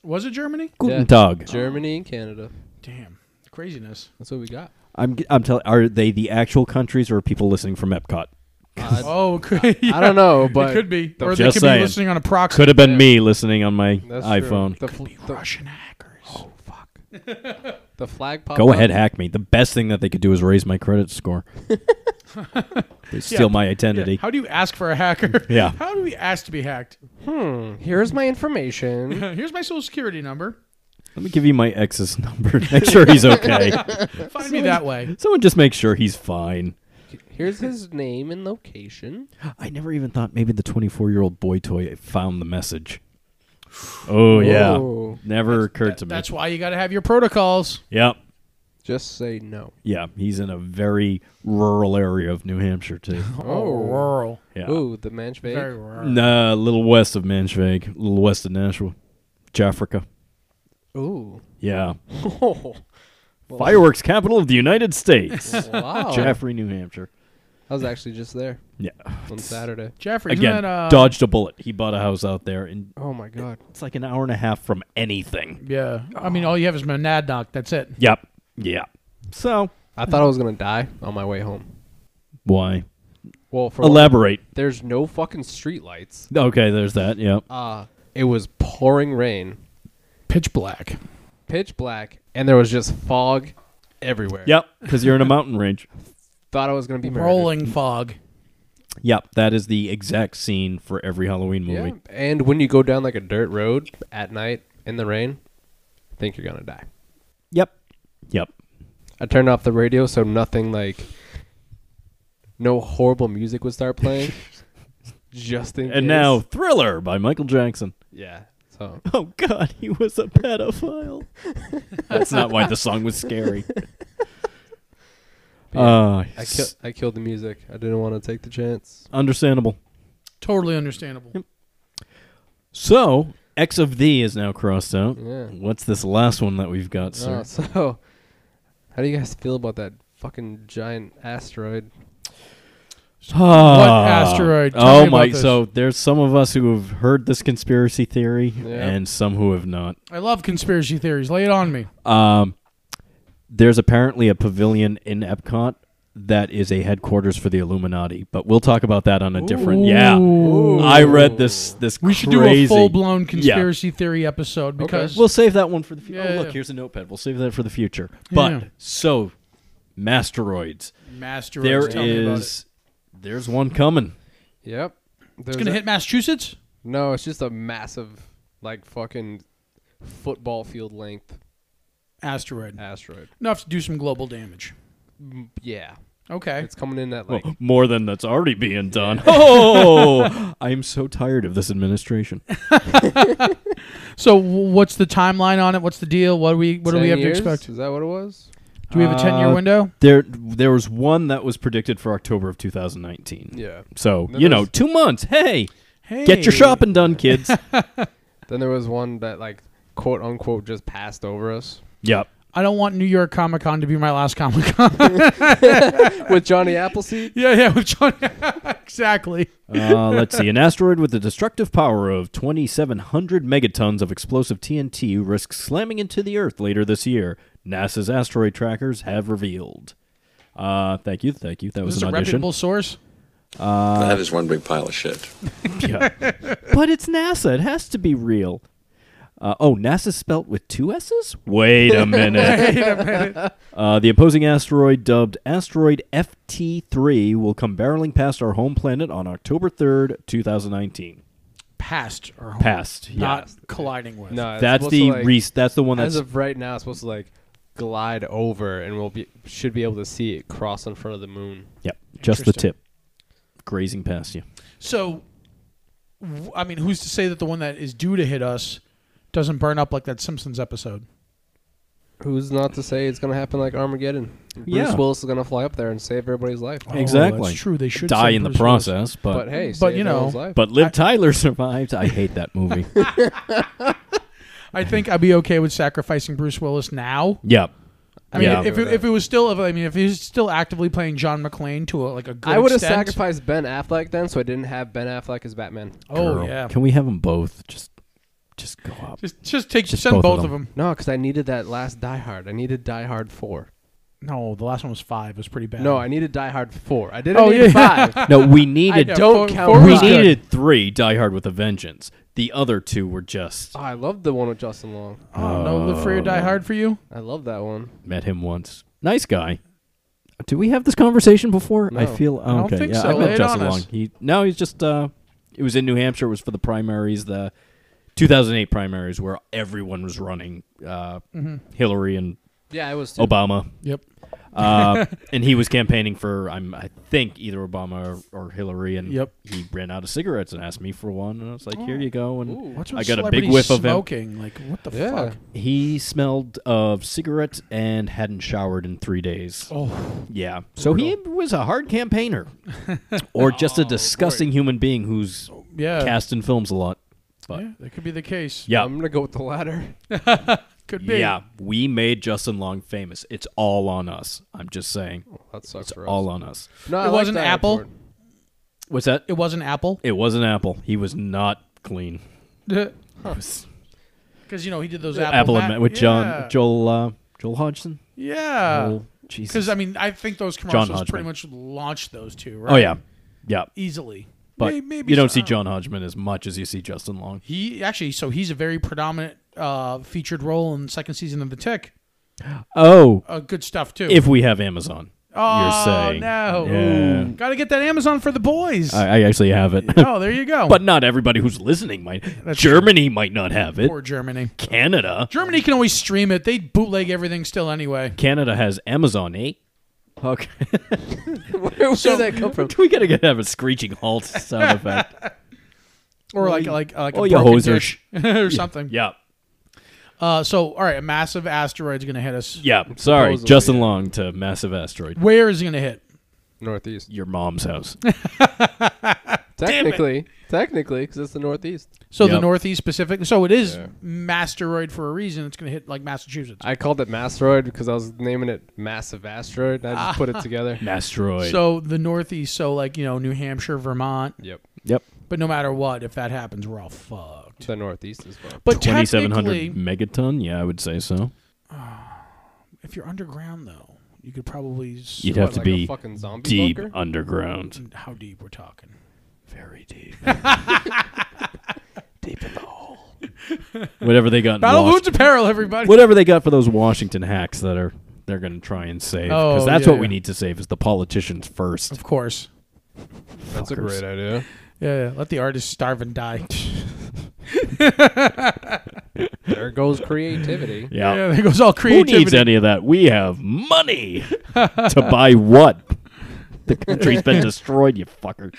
Speaker 5: Was it Germany?
Speaker 3: Guten Tag.
Speaker 2: Germany and Canada.
Speaker 5: Damn. Craziness.
Speaker 2: That's what we got.
Speaker 3: I'm I'm telling. Are they the actual countries or are people listening from Epcot?
Speaker 5: oh, cra-
Speaker 2: I don't know,
Speaker 5: it
Speaker 2: but
Speaker 5: could be. Or they
Speaker 3: Just
Speaker 5: could
Speaker 3: saying.
Speaker 5: be listening on a proxy.
Speaker 3: Could have been me listening on my
Speaker 2: That's true.
Speaker 3: iPhone.
Speaker 2: The, fl- the,
Speaker 5: Russian hackers. Oh, fuck.
Speaker 2: the flag popped
Speaker 3: Go ahead,
Speaker 2: up.
Speaker 3: hack me. The best thing that they could do is raise my credit score. they steal my identity.
Speaker 5: How do you ask for a hacker?
Speaker 3: Yeah.
Speaker 5: How do we ask to be hacked?
Speaker 2: Here's my information.
Speaker 5: Here's my social security number.
Speaker 3: Let me give you my ex's number. to Make sure he's okay.
Speaker 5: Find me that way.
Speaker 3: Someone just make sure he's fine.
Speaker 2: Here's his name and location.
Speaker 3: I never even thought maybe the 24 year old boy toy found the message. Oh yeah,
Speaker 2: Whoa.
Speaker 3: never occurred to me.
Speaker 5: That's why you got to have your protocols.
Speaker 3: Yep.
Speaker 2: Just say no.
Speaker 3: Yeah, he's in a very rural area of New Hampshire too.
Speaker 2: Oh.
Speaker 5: Rural.
Speaker 3: Yeah,
Speaker 2: Ooh, the manch babe.
Speaker 5: Very rural.
Speaker 3: nah, a little west of Manchvig, a little west of Nashville, Jaffrica.
Speaker 2: Ooh.
Speaker 3: Yeah,
Speaker 2: Oh,
Speaker 3: fireworks capital of the United States,
Speaker 5: Oh,
Speaker 2: wow.
Speaker 3: Jaffrey, New Hampshire.
Speaker 2: I was actually just there
Speaker 3: Yeah,
Speaker 2: on Saturday.
Speaker 5: Jeffrey, isn't
Speaker 3: again,
Speaker 5: that, uh,
Speaker 3: dodged a bullet. He bought a house out there, and
Speaker 2: Oh my god.
Speaker 3: it's like an hour and a half from anything.
Speaker 5: Yeah. I mean, all you have is Monadnock. That's it.
Speaker 3: Yep. Yeah. So
Speaker 2: I thought I was gonna die on my way home.
Speaker 3: why
Speaker 2: Well, for
Speaker 3: elaborate?
Speaker 2: there's no fucking streetlights.
Speaker 3: Okay, there's that. Yep.
Speaker 2: Uh, it was pouring rain,
Speaker 5: Pitch black.
Speaker 2: pitch black, and there was just fog everywhere.
Speaker 3: Yep, because you're in a mountain range.
Speaker 2: Thought I was gonna be murdered.
Speaker 5: Rolling fog.
Speaker 3: Yep, that is the exact scene for every Halloween movie.
Speaker 2: Yeah. And when you go down like a dirt road at night in the rain, I think you're gonna die.
Speaker 3: Yep. Yep.
Speaker 2: I turned off the radio so nothing like no horrible music would start playing. just in
Speaker 3: And
Speaker 2: case.
Speaker 3: now Thriller by Michael Jackson.
Speaker 2: Yeah. So
Speaker 3: Oh god, he was a pedophile. That's not why the song was scary. Uh,
Speaker 2: I kill I killed the music. I didn't want to take the chance.
Speaker 3: understandable.
Speaker 5: Totally understandable.
Speaker 3: So, X of D is now crossed out.
Speaker 2: Yeah.
Speaker 3: What's this last one that we've got, sir?
Speaker 2: Uh, so how do you guys feel about that fucking giant asteroid?
Speaker 3: what
Speaker 5: asteroid? Tell
Speaker 3: oh
Speaker 5: me
Speaker 3: my!
Speaker 5: about this.
Speaker 3: So there's some of us who have heard this conspiracy theory, and some who have not.
Speaker 5: I love conspiracy theories. Lay it on me.
Speaker 3: Um, there's apparently a pavilion in Epcot that is a headquarters for the Illuminati, but we'll talk about that on a different. Yeah, I read this. This
Speaker 5: We should
Speaker 3: crazy-
Speaker 5: do a full blown conspiracy theory episode because
Speaker 3: We'll save that one for the future.
Speaker 5: Yeah,
Speaker 3: oh, look,
Speaker 5: yeah.
Speaker 3: here's a notepad. We'll save that for the future. But
Speaker 5: Yeah.
Speaker 3: so, masteroids.
Speaker 5: Master
Speaker 3: There
Speaker 5: Race, tell me about it.
Speaker 3: is. There's one coming.
Speaker 2: Yep. There's
Speaker 5: It's gonna
Speaker 2: a-
Speaker 5: hit Massachusetts.
Speaker 2: No, it's just a massive like fucking football field length
Speaker 5: Asteroid.
Speaker 2: asteroid.
Speaker 5: Enough to do some global damage.
Speaker 2: Yeah.
Speaker 5: Okay.
Speaker 2: It's coming in at like
Speaker 3: Well, more than that's already being done. Oh, I'm so tired of this administration.
Speaker 5: so w- what's the timeline on it? What's the deal? What do we what do
Speaker 2: 10
Speaker 5: we have
Speaker 2: years?
Speaker 5: to expect?
Speaker 2: Is that what it was?
Speaker 5: Do we have a ten year
Speaker 3: Uh,
Speaker 5: window?
Speaker 3: There, there was one that was predicted for October of 2019.
Speaker 2: Yeah.
Speaker 3: So
Speaker 2: Then
Speaker 3: you know,
Speaker 2: there's-
Speaker 3: two months. Hey, get your
Speaker 5: Hey.
Speaker 3: shopping done, kids.
Speaker 2: Then there was one that like quote unquote just passed over us
Speaker 3: yep.
Speaker 5: I don't want New York Comic Con to be my last Comic Con.
Speaker 2: with Johnny Appleseed.
Speaker 5: yeah, yeah, with John. exactly.
Speaker 3: Uh, let's see. An asteroid with a destructive power of 2,700 megatons of explosive TNT risks slamming into the Earth later this year. NASA's asteroid trackers have revealed. Uh, thank you, thank you. That
Speaker 5: This
Speaker 3: was
Speaker 5: is a
Speaker 3: an audition.
Speaker 5: reputable source.
Speaker 9: that is one big pile of shit.
Speaker 3: Yeah. but it's NASA. It has to be real. Uh, oh, NASA spelt with two S's? Wait a minute. Uh, the opposing asteroid, dubbed Asteroid FT3, will come barreling past our home planet on October 3rd, 2019.
Speaker 5: Past or home,
Speaker 3: Past. Yeah.
Speaker 5: not colliding with.
Speaker 2: No, it's
Speaker 3: that's
Speaker 2: supposed
Speaker 3: the
Speaker 2: to, like,
Speaker 3: re- that's the one
Speaker 2: as
Speaker 3: that's
Speaker 2: of right now, it's supposed to like glide over, and we'll be should be able to see it cross in front of the moon.
Speaker 3: yep, just the
Speaker 5: Interesting.
Speaker 3: tip grazing past you.
Speaker 5: So, w- I mean, who's to say that the one that is due to hit us doesn't burn up like that Simpsons episode?
Speaker 2: Who's not to say it's gonna happen like Armageddon? Bruce
Speaker 3: Yeah.
Speaker 2: Willis is gonna fly up there and save everybody's life.
Speaker 3: exactly.
Speaker 5: that's true. They should
Speaker 3: die
Speaker 5: say
Speaker 3: in the
Speaker 5: Bruce Willis.
Speaker 3: process,
Speaker 2: But
Speaker 3: but
Speaker 2: hey,
Speaker 5: But,
Speaker 2: saved
Speaker 5: you know,
Speaker 2: everyone's life.
Speaker 3: but Liv Tyler survived. I hate that movie.
Speaker 5: I think I'd be okay with sacrificing Bruce Willis now.
Speaker 3: yep.
Speaker 5: I mean,
Speaker 3: Yeah.
Speaker 5: if, it, if it was still, if, I mean, if he was still actively playing John McClane to a, like a good
Speaker 2: I would have
Speaker 5: extent-
Speaker 2: sacrificed Ben Affleck then, so I didn't have Ben Affleck as Batman.
Speaker 5: Oh
Speaker 3: Girl.
Speaker 5: yeah,
Speaker 3: Can we have them both? Just Just go up.
Speaker 5: Just just take
Speaker 3: Just
Speaker 5: send
Speaker 3: both of
Speaker 5: both, of
Speaker 3: them.
Speaker 5: them.
Speaker 2: No, because I needed that last Die Hard. I needed Die Hard four.
Speaker 5: No, the last one was five. It was pretty bad.
Speaker 2: No, I needed Die Hard four. I didn't
Speaker 5: Oh,
Speaker 2: need
Speaker 5: yeah.
Speaker 2: five.
Speaker 3: No, we
Speaker 2: I
Speaker 3: needed
Speaker 5: know.
Speaker 2: don't
Speaker 5: Four-
Speaker 2: count.
Speaker 5: four
Speaker 2: five.
Speaker 3: we
Speaker 5: was good.
Speaker 3: needed three Die Hard with a Vengeance. The other two were just
Speaker 2: Oh, I love the one with Justin Long.
Speaker 5: oh, no, live free or die hard for you.
Speaker 2: I love that one.
Speaker 3: met him once. Nice guy. Do we have this conversation before? I
Speaker 2: No.
Speaker 3: feel
Speaker 5: don't
Speaker 3: okay.
Speaker 5: think
Speaker 3: yeah,
Speaker 5: so.
Speaker 3: I
Speaker 5: Lay
Speaker 3: met
Speaker 5: it
Speaker 3: Justin
Speaker 5: on us.
Speaker 3: Long. He no, he's just uh, it was in New Hampshire. It was for the primaries, the 2008 primaries, where everyone was running uh,
Speaker 5: Mm-hmm.
Speaker 3: Hillary and
Speaker 2: Yeah, it was.
Speaker 3: Obama,
Speaker 5: Yep.
Speaker 3: uh, and he was campaigning for I'm I think either Obama or, or Hillary, and
Speaker 5: Yep.
Speaker 3: he ran out of cigarettes and asked me for one, and I was like, here you go, and
Speaker 5: What's with
Speaker 3: I got a big
Speaker 5: celebrities
Speaker 3: whiff of him.
Speaker 5: smoking? Like what the
Speaker 2: Yeah.
Speaker 5: fuck?
Speaker 3: He smelled of cigarettes and hadn't showered in three days.
Speaker 5: Oh,
Speaker 3: Yeah. So he was a hard campaigner, or just a disgusting human being who's
Speaker 5: yeah.
Speaker 3: cast in films a lot. But
Speaker 5: Yeah, that could be the case.
Speaker 3: yeah,
Speaker 2: I'm gonna go with the latter.
Speaker 5: Could be.
Speaker 3: yeah, we made Justin Long famous. It's all on us. I'm just saying,
Speaker 2: That sucks
Speaker 3: it's
Speaker 2: for us.
Speaker 3: all on us.
Speaker 2: No, I
Speaker 5: It
Speaker 2: like
Speaker 5: wasn't
Speaker 2: Die Hard
Speaker 5: Apple?
Speaker 2: four.
Speaker 3: What's that?
Speaker 5: It wasn't Apple.
Speaker 3: It was an apple. He was not clean.
Speaker 5: Because you know he did those Apple,
Speaker 3: apple and
Speaker 5: ma-
Speaker 3: Ma- with
Speaker 5: Yeah.
Speaker 3: John Joel uh, Joel Hodgson.
Speaker 5: Yeah.
Speaker 3: Joel- Jesus.
Speaker 5: Because I mean, I think those commercials
Speaker 3: Hodgman.
Speaker 5: pretty much launched those two. Right?
Speaker 3: oh yeah, yeah.
Speaker 5: Easily.
Speaker 3: But
Speaker 5: May- maybe
Speaker 3: you don't
Speaker 5: so-
Speaker 3: see
Speaker 5: I
Speaker 3: John Hodgman as much as you see Justin Long.
Speaker 5: He actually, so he's a very predominant uh, featured role in the second season of The Tick.
Speaker 3: Oh,
Speaker 5: Uh, good stuff too.
Speaker 3: if we have Amazon,
Speaker 5: oh
Speaker 3: you're saying
Speaker 5: no,
Speaker 3: Yeah.
Speaker 5: gotta get that Amazon for the boys.
Speaker 3: I, I actually have it.
Speaker 5: oh, there you go.
Speaker 3: but not everybody who's listening might. Germany might not have it.
Speaker 5: poor Germany.
Speaker 3: Canada.
Speaker 5: Germany can always stream it. They bootleg everything still anyway.
Speaker 3: Canada has Amazon, eh? Okay.
Speaker 2: Where did that come from?
Speaker 3: we gotta get have a screeching halt sound effect.
Speaker 5: Or like like like
Speaker 3: oh,
Speaker 5: a
Speaker 3: you
Speaker 5: broken
Speaker 3: hoser.
Speaker 5: dish or something.
Speaker 3: yeah.
Speaker 5: Uh, so all right, a massive asteroid's gonna hit us.
Speaker 3: Yeah. Sorry,
Speaker 2: Supposedly,
Speaker 3: Justin Long to massive asteroid.
Speaker 5: Where is it gonna hit?
Speaker 2: Northeast.
Speaker 3: Your mom's house.
Speaker 2: Technically, technically, because it's the Northeast.
Speaker 5: So the
Speaker 3: Yep.
Speaker 5: Northeast Pacific. So it is masteroid for a reason. It's gonna hit like Massachusetts.
Speaker 2: I called it Masteroid because I was naming it Massive Asteroid. And I just put it together.
Speaker 3: asteroid.
Speaker 5: so the Northeast. So like you know New Hampshire, Vermont.
Speaker 2: Yep.
Speaker 3: yep.
Speaker 5: But no matter what, if that happens, we're all fucked.
Speaker 2: The Northeast is well.
Speaker 5: But
Speaker 3: Twenty seven
Speaker 5: technically,
Speaker 3: hundred megaton. Yeah, I would say so.
Speaker 5: if you're underground though, you could probably. s-
Speaker 3: You'd have
Speaker 2: What,
Speaker 3: to
Speaker 2: like a
Speaker 3: be
Speaker 2: fucking zombie
Speaker 3: deep
Speaker 2: bunker?
Speaker 3: underground.
Speaker 5: How deep we're talking?
Speaker 3: Very deep. deep in the hole. Whatever they got. in
Speaker 5: Battle of
Speaker 3: Washington-
Speaker 5: Hoods Apparel, everybody.
Speaker 3: whatever they got for those Washington hacks that are they're going to try and save because
Speaker 5: Oh,
Speaker 3: that's
Speaker 5: yeah,
Speaker 3: what we
Speaker 5: yeah.
Speaker 3: need to save is the politicians first.
Speaker 5: Of course.
Speaker 2: That's a great idea.
Speaker 5: Yeah, yeah, let the artist starve and die.
Speaker 2: There goes creativity.
Speaker 3: Yeah.
Speaker 5: yeah, there goes all
Speaker 3: Who
Speaker 5: creativity.
Speaker 3: needs any of that? We have money to buy what? The country's been destroyed, you fucker.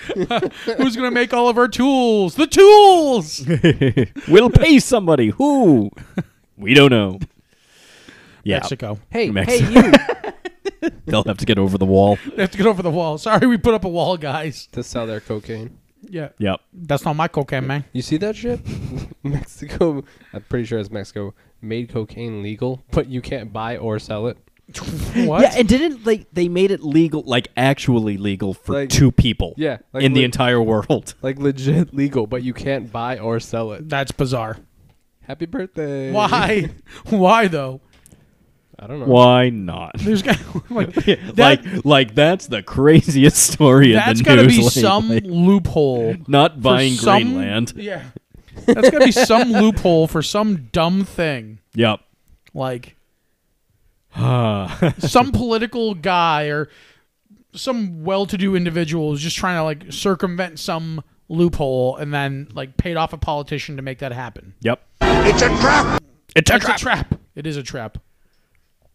Speaker 5: Who's gonna make all of our tools? The tools.
Speaker 3: We'll pay somebody. Who? We don't know. Yeah.
Speaker 5: Mexico.
Speaker 2: Hey,
Speaker 3: Mexico.
Speaker 2: hey, you.
Speaker 3: They'll have to get over the wall.
Speaker 5: They have to get over the wall. Sorry, we put up a wall, guys.
Speaker 2: to sell their cocaine.
Speaker 5: Yeah,
Speaker 3: Yep.
Speaker 5: that's not my cocaine, man.
Speaker 2: You see that shit? Mexico, I'm pretty sure it's Mexico, made cocaine legal, but you can't buy or sell it.
Speaker 5: What?
Speaker 3: Yeah, and didn't like they made it legal, like actually legal for
Speaker 2: Like-
Speaker 3: two people.
Speaker 2: Yeah, like
Speaker 3: in the
Speaker 2: lit-
Speaker 3: entire world.
Speaker 2: Like legit legal, but you can't buy or sell it.
Speaker 5: That's bizarre.
Speaker 2: Happy birthday.
Speaker 5: Why? Why though?
Speaker 2: I don't know.
Speaker 3: Why not?
Speaker 5: There's got like that,
Speaker 3: like like that's the craziest story in
Speaker 5: that's
Speaker 3: the
Speaker 5: got to
Speaker 3: news
Speaker 5: be
Speaker 3: lately.
Speaker 5: some loophole.
Speaker 3: not
Speaker 5: for
Speaker 3: buying
Speaker 5: some-
Speaker 3: Greenland.
Speaker 5: Yeah, that's got to be some loophole for some dumb thing.
Speaker 3: Yep.
Speaker 5: Like some political guy or some well-to-do individual is just trying to like circumvent some loophole and then like paid off a politician to make that happen.
Speaker 3: Yep.
Speaker 7: It's a trap.
Speaker 3: It's a
Speaker 5: It's a trap. It is a trap.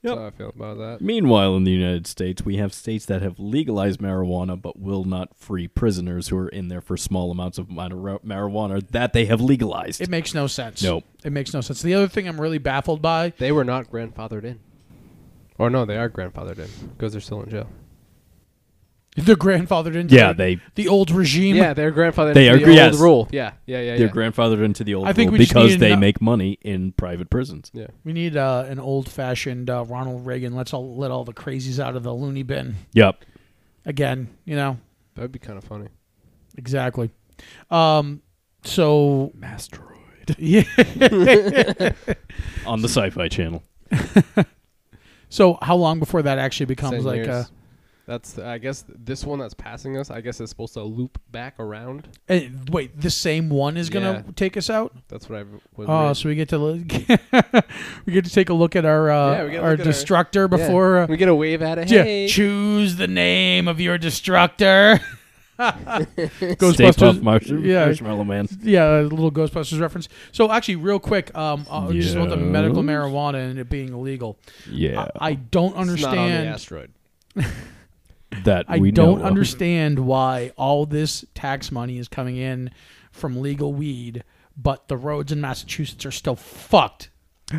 Speaker 2: That's how I feel about that.
Speaker 3: Meanwhile, in the United States, we have states that have legalized marijuana but will not free prisoners who are in there for small amounts of mar- marijuana that they have legalized.
Speaker 5: It makes no sense.
Speaker 3: Nope.
Speaker 5: It makes no sense. The other thing I'm really baffled by
Speaker 2: They were not grandfathered in. Or no, they are grandfathered in because they're still in jail.
Speaker 5: the grandfathered into
Speaker 3: Yeah,
Speaker 5: the-
Speaker 3: they-
Speaker 5: the old regime.
Speaker 2: Yeah, they're grandfathered
Speaker 3: They
Speaker 2: in.
Speaker 3: are-
Speaker 2: the old
Speaker 3: yes.
Speaker 2: rule. Yeah, yeah, yeah.
Speaker 3: They're
Speaker 2: yeah.
Speaker 3: grandfathered into the old
Speaker 5: I think
Speaker 3: rule
Speaker 5: we just
Speaker 3: because
Speaker 5: need
Speaker 3: they
Speaker 5: ano-
Speaker 3: make money in private prisons.
Speaker 2: yeah.
Speaker 5: We need uh, an old-fashioned uh, Ronald Reagan. Let's all let all the crazies out of the loony bin
Speaker 3: Yep.
Speaker 5: again. You know
Speaker 2: That would be kind of funny.
Speaker 5: exactly. Um, so
Speaker 3: Masteroid.
Speaker 5: Yeah.
Speaker 3: on the Sci-Fi Channel.
Speaker 5: So how long before that actually becomes
Speaker 10: Ten
Speaker 5: like a,
Speaker 10: years. That's I guess this one that's passing us. I guess is supposed to loop back around.
Speaker 5: eh, wait, the same one is gonna
Speaker 10: Yeah.
Speaker 5: take us out?
Speaker 10: That's what I w- was.
Speaker 5: Oh,
Speaker 10: reading.
Speaker 5: so we get to look, we get to take a look at our uh,
Speaker 10: Yeah, we get a
Speaker 5: our
Speaker 10: look at our-
Speaker 5: destructor
Speaker 10: Yeah.
Speaker 5: before uh,
Speaker 10: we get a wave at it.
Speaker 5: Yeah,
Speaker 10: Hey,
Speaker 5: choose the name of your destructor.
Speaker 3: Stay Puft
Speaker 5: Ghostbusters.
Speaker 3: Marsh-
Speaker 5: yeah.
Speaker 3: Marshmallow Man.
Speaker 5: Yeah, a little Ghostbusters reference. So actually, real quick, um, uh, just about the medical
Speaker 3: Yes.
Speaker 5: marijuana and it being illegal.
Speaker 3: Yeah,
Speaker 5: I, I don't
Speaker 10: it's not on the
Speaker 5: understand.
Speaker 10: asteroid.
Speaker 3: that
Speaker 5: I
Speaker 3: we know
Speaker 5: don't
Speaker 3: of.
Speaker 5: understand why all this tax money is coming in from legal weed, but the roads in Massachusetts are still fucked.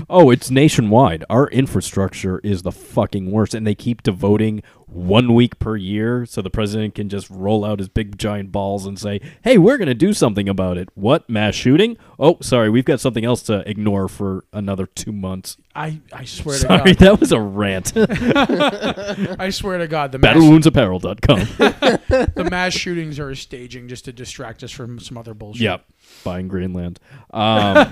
Speaker 3: Oh, it's nationwide. Our infrastructure is the fucking worst, and they keep devoting one week per year so the president can just roll out his big giant balls and say, "Hey, we're going to do something about it." What mass shooting? Oh, sorry, we've got something else to ignore for another two months.
Speaker 5: I, I swear
Speaker 3: Sorry,
Speaker 5: to God,
Speaker 3: that was a rant.
Speaker 5: I swear to God, the mass,
Speaker 3: BattlewoundsApparel.com.
Speaker 5: the mass shootings are a staging just to distract us from some other bullshit.
Speaker 3: yep, buying Greenland. Um,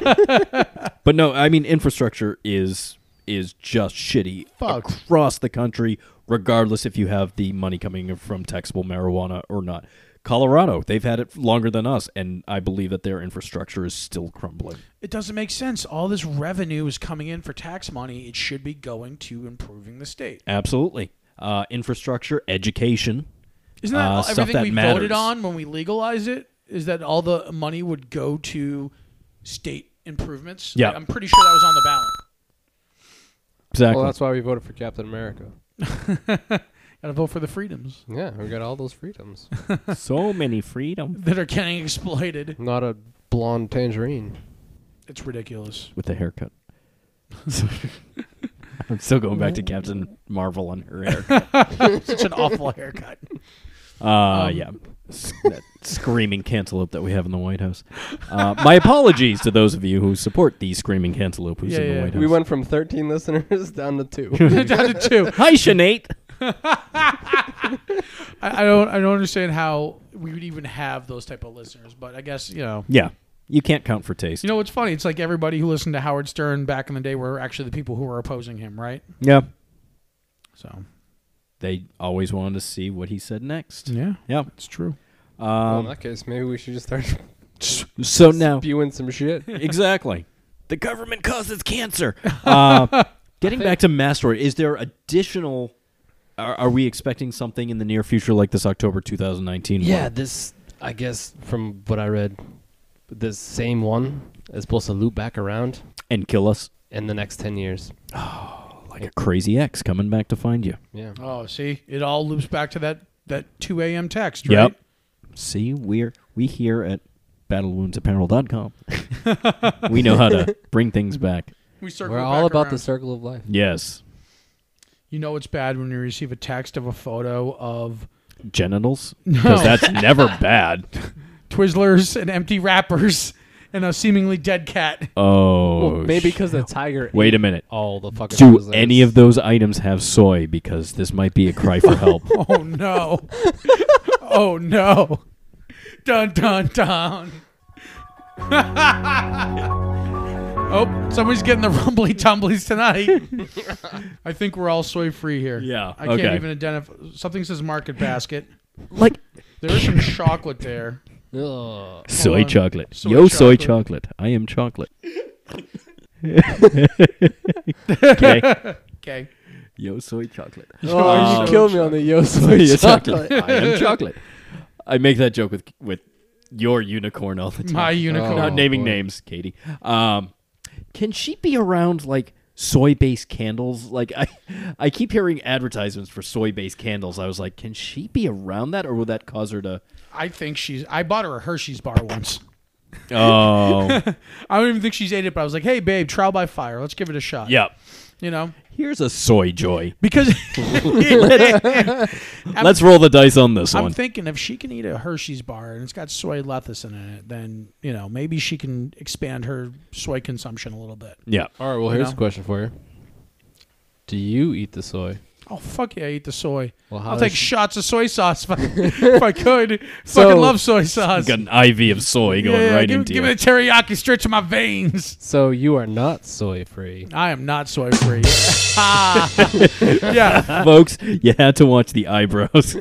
Speaker 3: but no, I mean infrastructure is is just shitty across the country, regardless if you have the money coming from taxable marijuana or not. Colorado, they've had it longer than us, and I believe that their infrastructure is still crumbling.
Speaker 5: It doesn't make sense. All this revenue is coming in for tax money. It should be going to improving the state.
Speaker 3: Absolutely, uh, infrastructure, education.
Speaker 5: Isn't that
Speaker 3: Uh,
Speaker 5: all-
Speaker 3: stuff
Speaker 5: everything
Speaker 3: that
Speaker 5: we voted
Speaker 3: matters.
Speaker 5: on when we legalized it? Is that all the money would go to state improvements?
Speaker 3: Yeah.
Speaker 5: I'm pretty sure that was on the ballot.
Speaker 3: Exactly.
Speaker 10: Well, that's why we voted for Captain America.
Speaker 5: Gotta vote for the freedoms
Speaker 10: Yeah, we got all those freedoms.
Speaker 3: so many freedom
Speaker 5: that are getting exploited.
Speaker 10: not a blonde tangerine.
Speaker 5: It's ridiculous.
Speaker 3: with the haircut. I'm still going back to Captain Marvel on her haircut.
Speaker 5: Such an awful haircut.
Speaker 3: Uh,
Speaker 5: Um,
Speaker 3: yeah. S- that screaming cantaloupe that we have in the White House. Uh, my apologies to those of you who support the screaming cantaloupe who's
Speaker 5: Yeah,
Speaker 3: in the
Speaker 5: yeah.
Speaker 3: White House.
Speaker 10: We went from 13 listeners down to two.
Speaker 5: Down to two.
Speaker 3: Hi, Sinead.
Speaker 5: I, I don't. I don't understand how we would even have those type of listeners. But I guess you know.
Speaker 3: Yeah, you can't count for taste.
Speaker 5: You know what's funny? It's like everybody who listened to Howard Stern back in the day were actually the people who were opposing him, right?
Speaker 3: yeah,
Speaker 5: So
Speaker 3: they always wanted to see what he said next.
Speaker 5: yeah,
Speaker 3: Yeah.
Speaker 5: it's true. Um,
Speaker 10: in that case, maybe we should just start
Speaker 3: So now,
Speaker 10: spewing some shit.
Speaker 3: exactly, the government causes cancer. Uh, getting back to Masteroid, is there additional? Are, are we expecting something in the near future like this October 2019?
Speaker 10: Yeah,
Speaker 3: this.
Speaker 10: I guess
Speaker 2: From what I read, the same one is supposed to loop back around
Speaker 3: And kill us
Speaker 2: in the next ten years.
Speaker 3: like a crazy ex coming back to find you.
Speaker 10: yeah.
Speaker 5: Oh, see, it all loops back to that that two a.m. text, right?
Speaker 3: Yep. See, we're we here at battlewoundsapparel.com. we know how to bring things back.
Speaker 5: We circle
Speaker 10: We're
Speaker 5: it
Speaker 10: all
Speaker 5: back
Speaker 10: about
Speaker 5: around.
Speaker 10: the circle of life.
Speaker 3: Yes.
Speaker 5: You know it's bad when you receive a text of a photo of
Speaker 3: Genitals? Because that's never bad.
Speaker 5: Twizzlers and empty wrappers and a seemingly dead cat.
Speaker 3: Oh.
Speaker 10: Well, maybe
Speaker 3: sh-
Speaker 10: because the tiger.
Speaker 3: Wait
Speaker 10: ate
Speaker 3: a minute.
Speaker 10: All the fucking.
Speaker 3: Do
Speaker 10: Twizzlers.
Speaker 3: any of those items have soy? Because this might be a cry for help.
Speaker 5: Oh no! oh no! Dun dun dun! oh, somebody's getting the rumbly tumblies tonight. I think we're all soy free here.
Speaker 3: Yeah,
Speaker 5: I
Speaker 3: okay.
Speaker 5: can't even identify. Something says market basket.
Speaker 3: like
Speaker 5: There is some chocolate there.
Speaker 2: Ugh.
Speaker 3: soy
Speaker 5: on.
Speaker 3: chocolate.
Speaker 5: Soy
Speaker 3: Yo, soy
Speaker 5: chocolate.
Speaker 3: chocolate. I am chocolate. okay.
Speaker 5: Okay.
Speaker 3: Yo, soy chocolate.
Speaker 10: Oh, you killed me on the yo soy chocolate.
Speaker 3: I am chocolate. I make that joke with with your unicorn all the time.
Speaker 5: My unicorn.
Speaker 3: Not
Speaker 10: Oh,
Speaker 3: naming
Speaker 10: boy.
Speaker 3: names, Katie. Um, can she be around like soy-based candles? Like I, I keep hearing advertisements for soy-based candles. I was like, can she be around that, or will that cause her to?
Speaker 5: I think she's. I bought her a Hershey's bar once.
Speaker 3: Oh,
Speaker 5: I don't even think she's ate it, but I was like, "Hey, babe, trial by fire. Let's give it a shot."
Speaker 3: yeah.
Speaker 5: You know,
Speaker 3: Here's a soy joy.
Speaker 5: because
Speaker 3: Let's roll the dice on this
Speaker 5: I'm
Speaker 3: one.
Speaker 5: thinking if she can eat a Hershey's bar and it's got soy lecithin in it, then you know maybe she can expand her soy consumption a little bit.
Speaker 3: yeah.
Speaker 10: All right. Well, here's
Speaker 5: know?
Speaker 10: a question for you. Do you eat the soy?
Speaker 5: oh fuck yeah, I eat the soy.
Speaker 2: Well, how
Speaker 5: I'll take
Speaker 2: does-
Speaker 5: shots of soy sauce if I, if I could. Fucking love soy sauce.
Speaker 3: Got an IV of soy going
Speaker 5: yeah,
Speaker 3: right
Speaker 5: give,
Speaker 3: into
Speaker 5: give
Speaker 3: you.
Speaker 5: me the teriyaki stretch of my veins.
Speaker 2: So you are not soy free.
Speaker 5: I am not soy free. yeah,
Speaker 3: Folks, you had to watch the eyebrows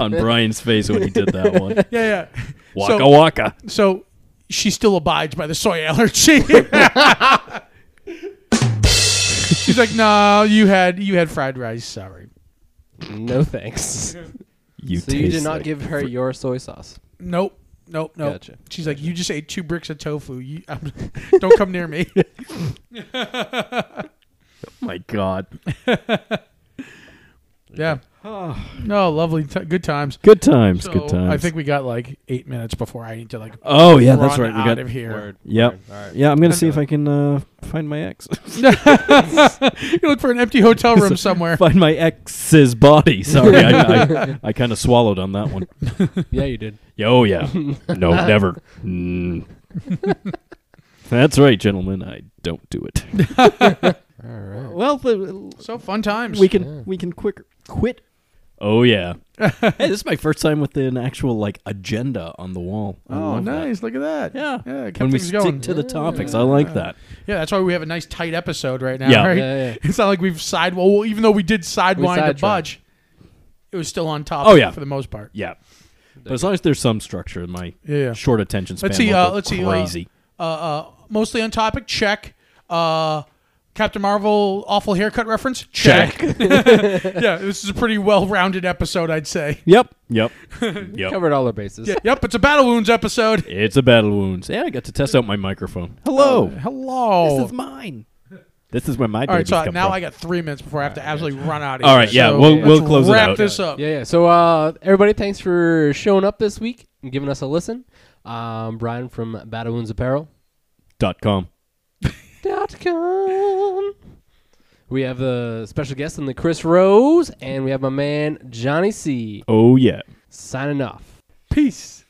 Speaker 3: on Brian's face when he did that one.
Speaker 5: yeah, yeah.
Speaker 3: Waka waka.
Speaker 5: So she still abides by the soy allergy. She's like, no, you had you had fried rice. Sorry,
Speaker 2: No thanks.
Speaker 3: You
Speaker 2: so you did
Speaker 3: taste
Speaker 2: not
Speaker 3: like
Speaker 2: give her your soy sauce.
Speaker 5: nope, nope, nope.
Speaker 2: Gotcha,
Speaker 5: She's like, you just ate two bricks of tofu. You, I'm, don't come near me.
Speaker 3: My God.
Speaker 5: yeah. No, lovely, t- good times.
Speaker 3: Good times. good
Speaker 5: So,
Speaker 3: times.
Speaker 5: I think we got like eight minutes before I need to like.
Speaker 3: Oh yeah, that's
Speaker 5: run
Speaker 3: right. We
Speaker 5: out
Speaker 3: got.
Speaker 5: of here.
Speaker 3: Yep.
Speaker 10: All right.
Speaker 3: Yeah, I'm gonna see if I can uh, find my ex.
Speaker 5: You look for an empty hotel room somewhere.
Speaker 3: find my ex's body. Sorry, I I, I kind of swallowed on that one.
Speaker 2: Yeah, you did.
Speaker 3: Yeah, Oh yeah. No, never. Mm. That's right, gentlemen. I don't do it.
Speaker 2: All right.
Speaker 3: Well,
Speaker 5: So fun times.
Speaker 3: we can we can quick quit. Oh yeah. hey, this is my first time with an actual like agenda on the wall. I
Speaker 5: Oh,
Speaker 3: love that.
Speaker 5: nice! Look at that.
Speaker 3: Yeah.
Speaker 5: yeah. it Kept
Speaker 3: When we
Speaker 5: things
Speaker 3: stick
Speaker 5: going.
Speaker 3: to the topics, I like that.
Speaker 5: Yeah, that's why we have a nice tight episode right now.
Speaker 3: Yeah.
Speaker 5: right?
Speaker 2: Yeah, yeah.
Speaker 5: It's not like we've side well, even though we did sidewind a
Speaker 2: sidetracked.
Speaker 5: bunch, it was still on top.
Speaker 3: Oh, yeah.
Speaker 5: for the most part.
Speaker 3: Yeah. But as long as there's some structure, my
Speaker 5: Yeah.
Speaker 3: short attention span.
Speaker 5: Let's see.
Speaker 3: won't
Speaker 5: Uh,
Speaker 3: go
Speaker 5: let's see. uh,
Speaker 3: Crazy.
Speaker 5: Uh, uh, mostly on topic. Check. Uh, Captain Marvel awful haircut reference. Check. yeah, this is a pretty well-rounded episode, I'd say.
Speaker 3: Yep. Yep. yep.
Speaker 2: Covered all our bases.
Speaker 5: Yeah, yep, it's a battle wounds episode.
Speaker 3: It's a battle wounds. Yeah, I got to test out my microphone. Hello.
Speaker 5: Uh, Hello.
Speaker 3: mine. This is where my
Speaker 5: All right,
Speaker 3: babies
Speaker 5: so
Speaker 3: come
Speaker 5: now
Speaker 3: from.
Speaker 5: I got three minutes before I have to absolutely run out. of
Speaker 3: All
Speaker 5: here.
Speaker 3: right, yeah,
Speaker 5: So
Speaker 3: we'll- we'll
Speaker 5: let's
Speaker 3: close it
Speaker 5: wrap
Speaker 3: out.
Speaker 5: this up.
Speaker 2: Yeah, yeah. So, uh, everybody, thanks for showing up this week and giving us a listen. Um, Brian from Battle Wounds Apparel.
Speaker 3: dot com.
Speaker 2: Dot com. We have the special guest on the Chris Rose, and we have my man Johnny C.
Speaker 3: Oh yeah.
Speaker 2: Signing off.
Speaker 5: Peace.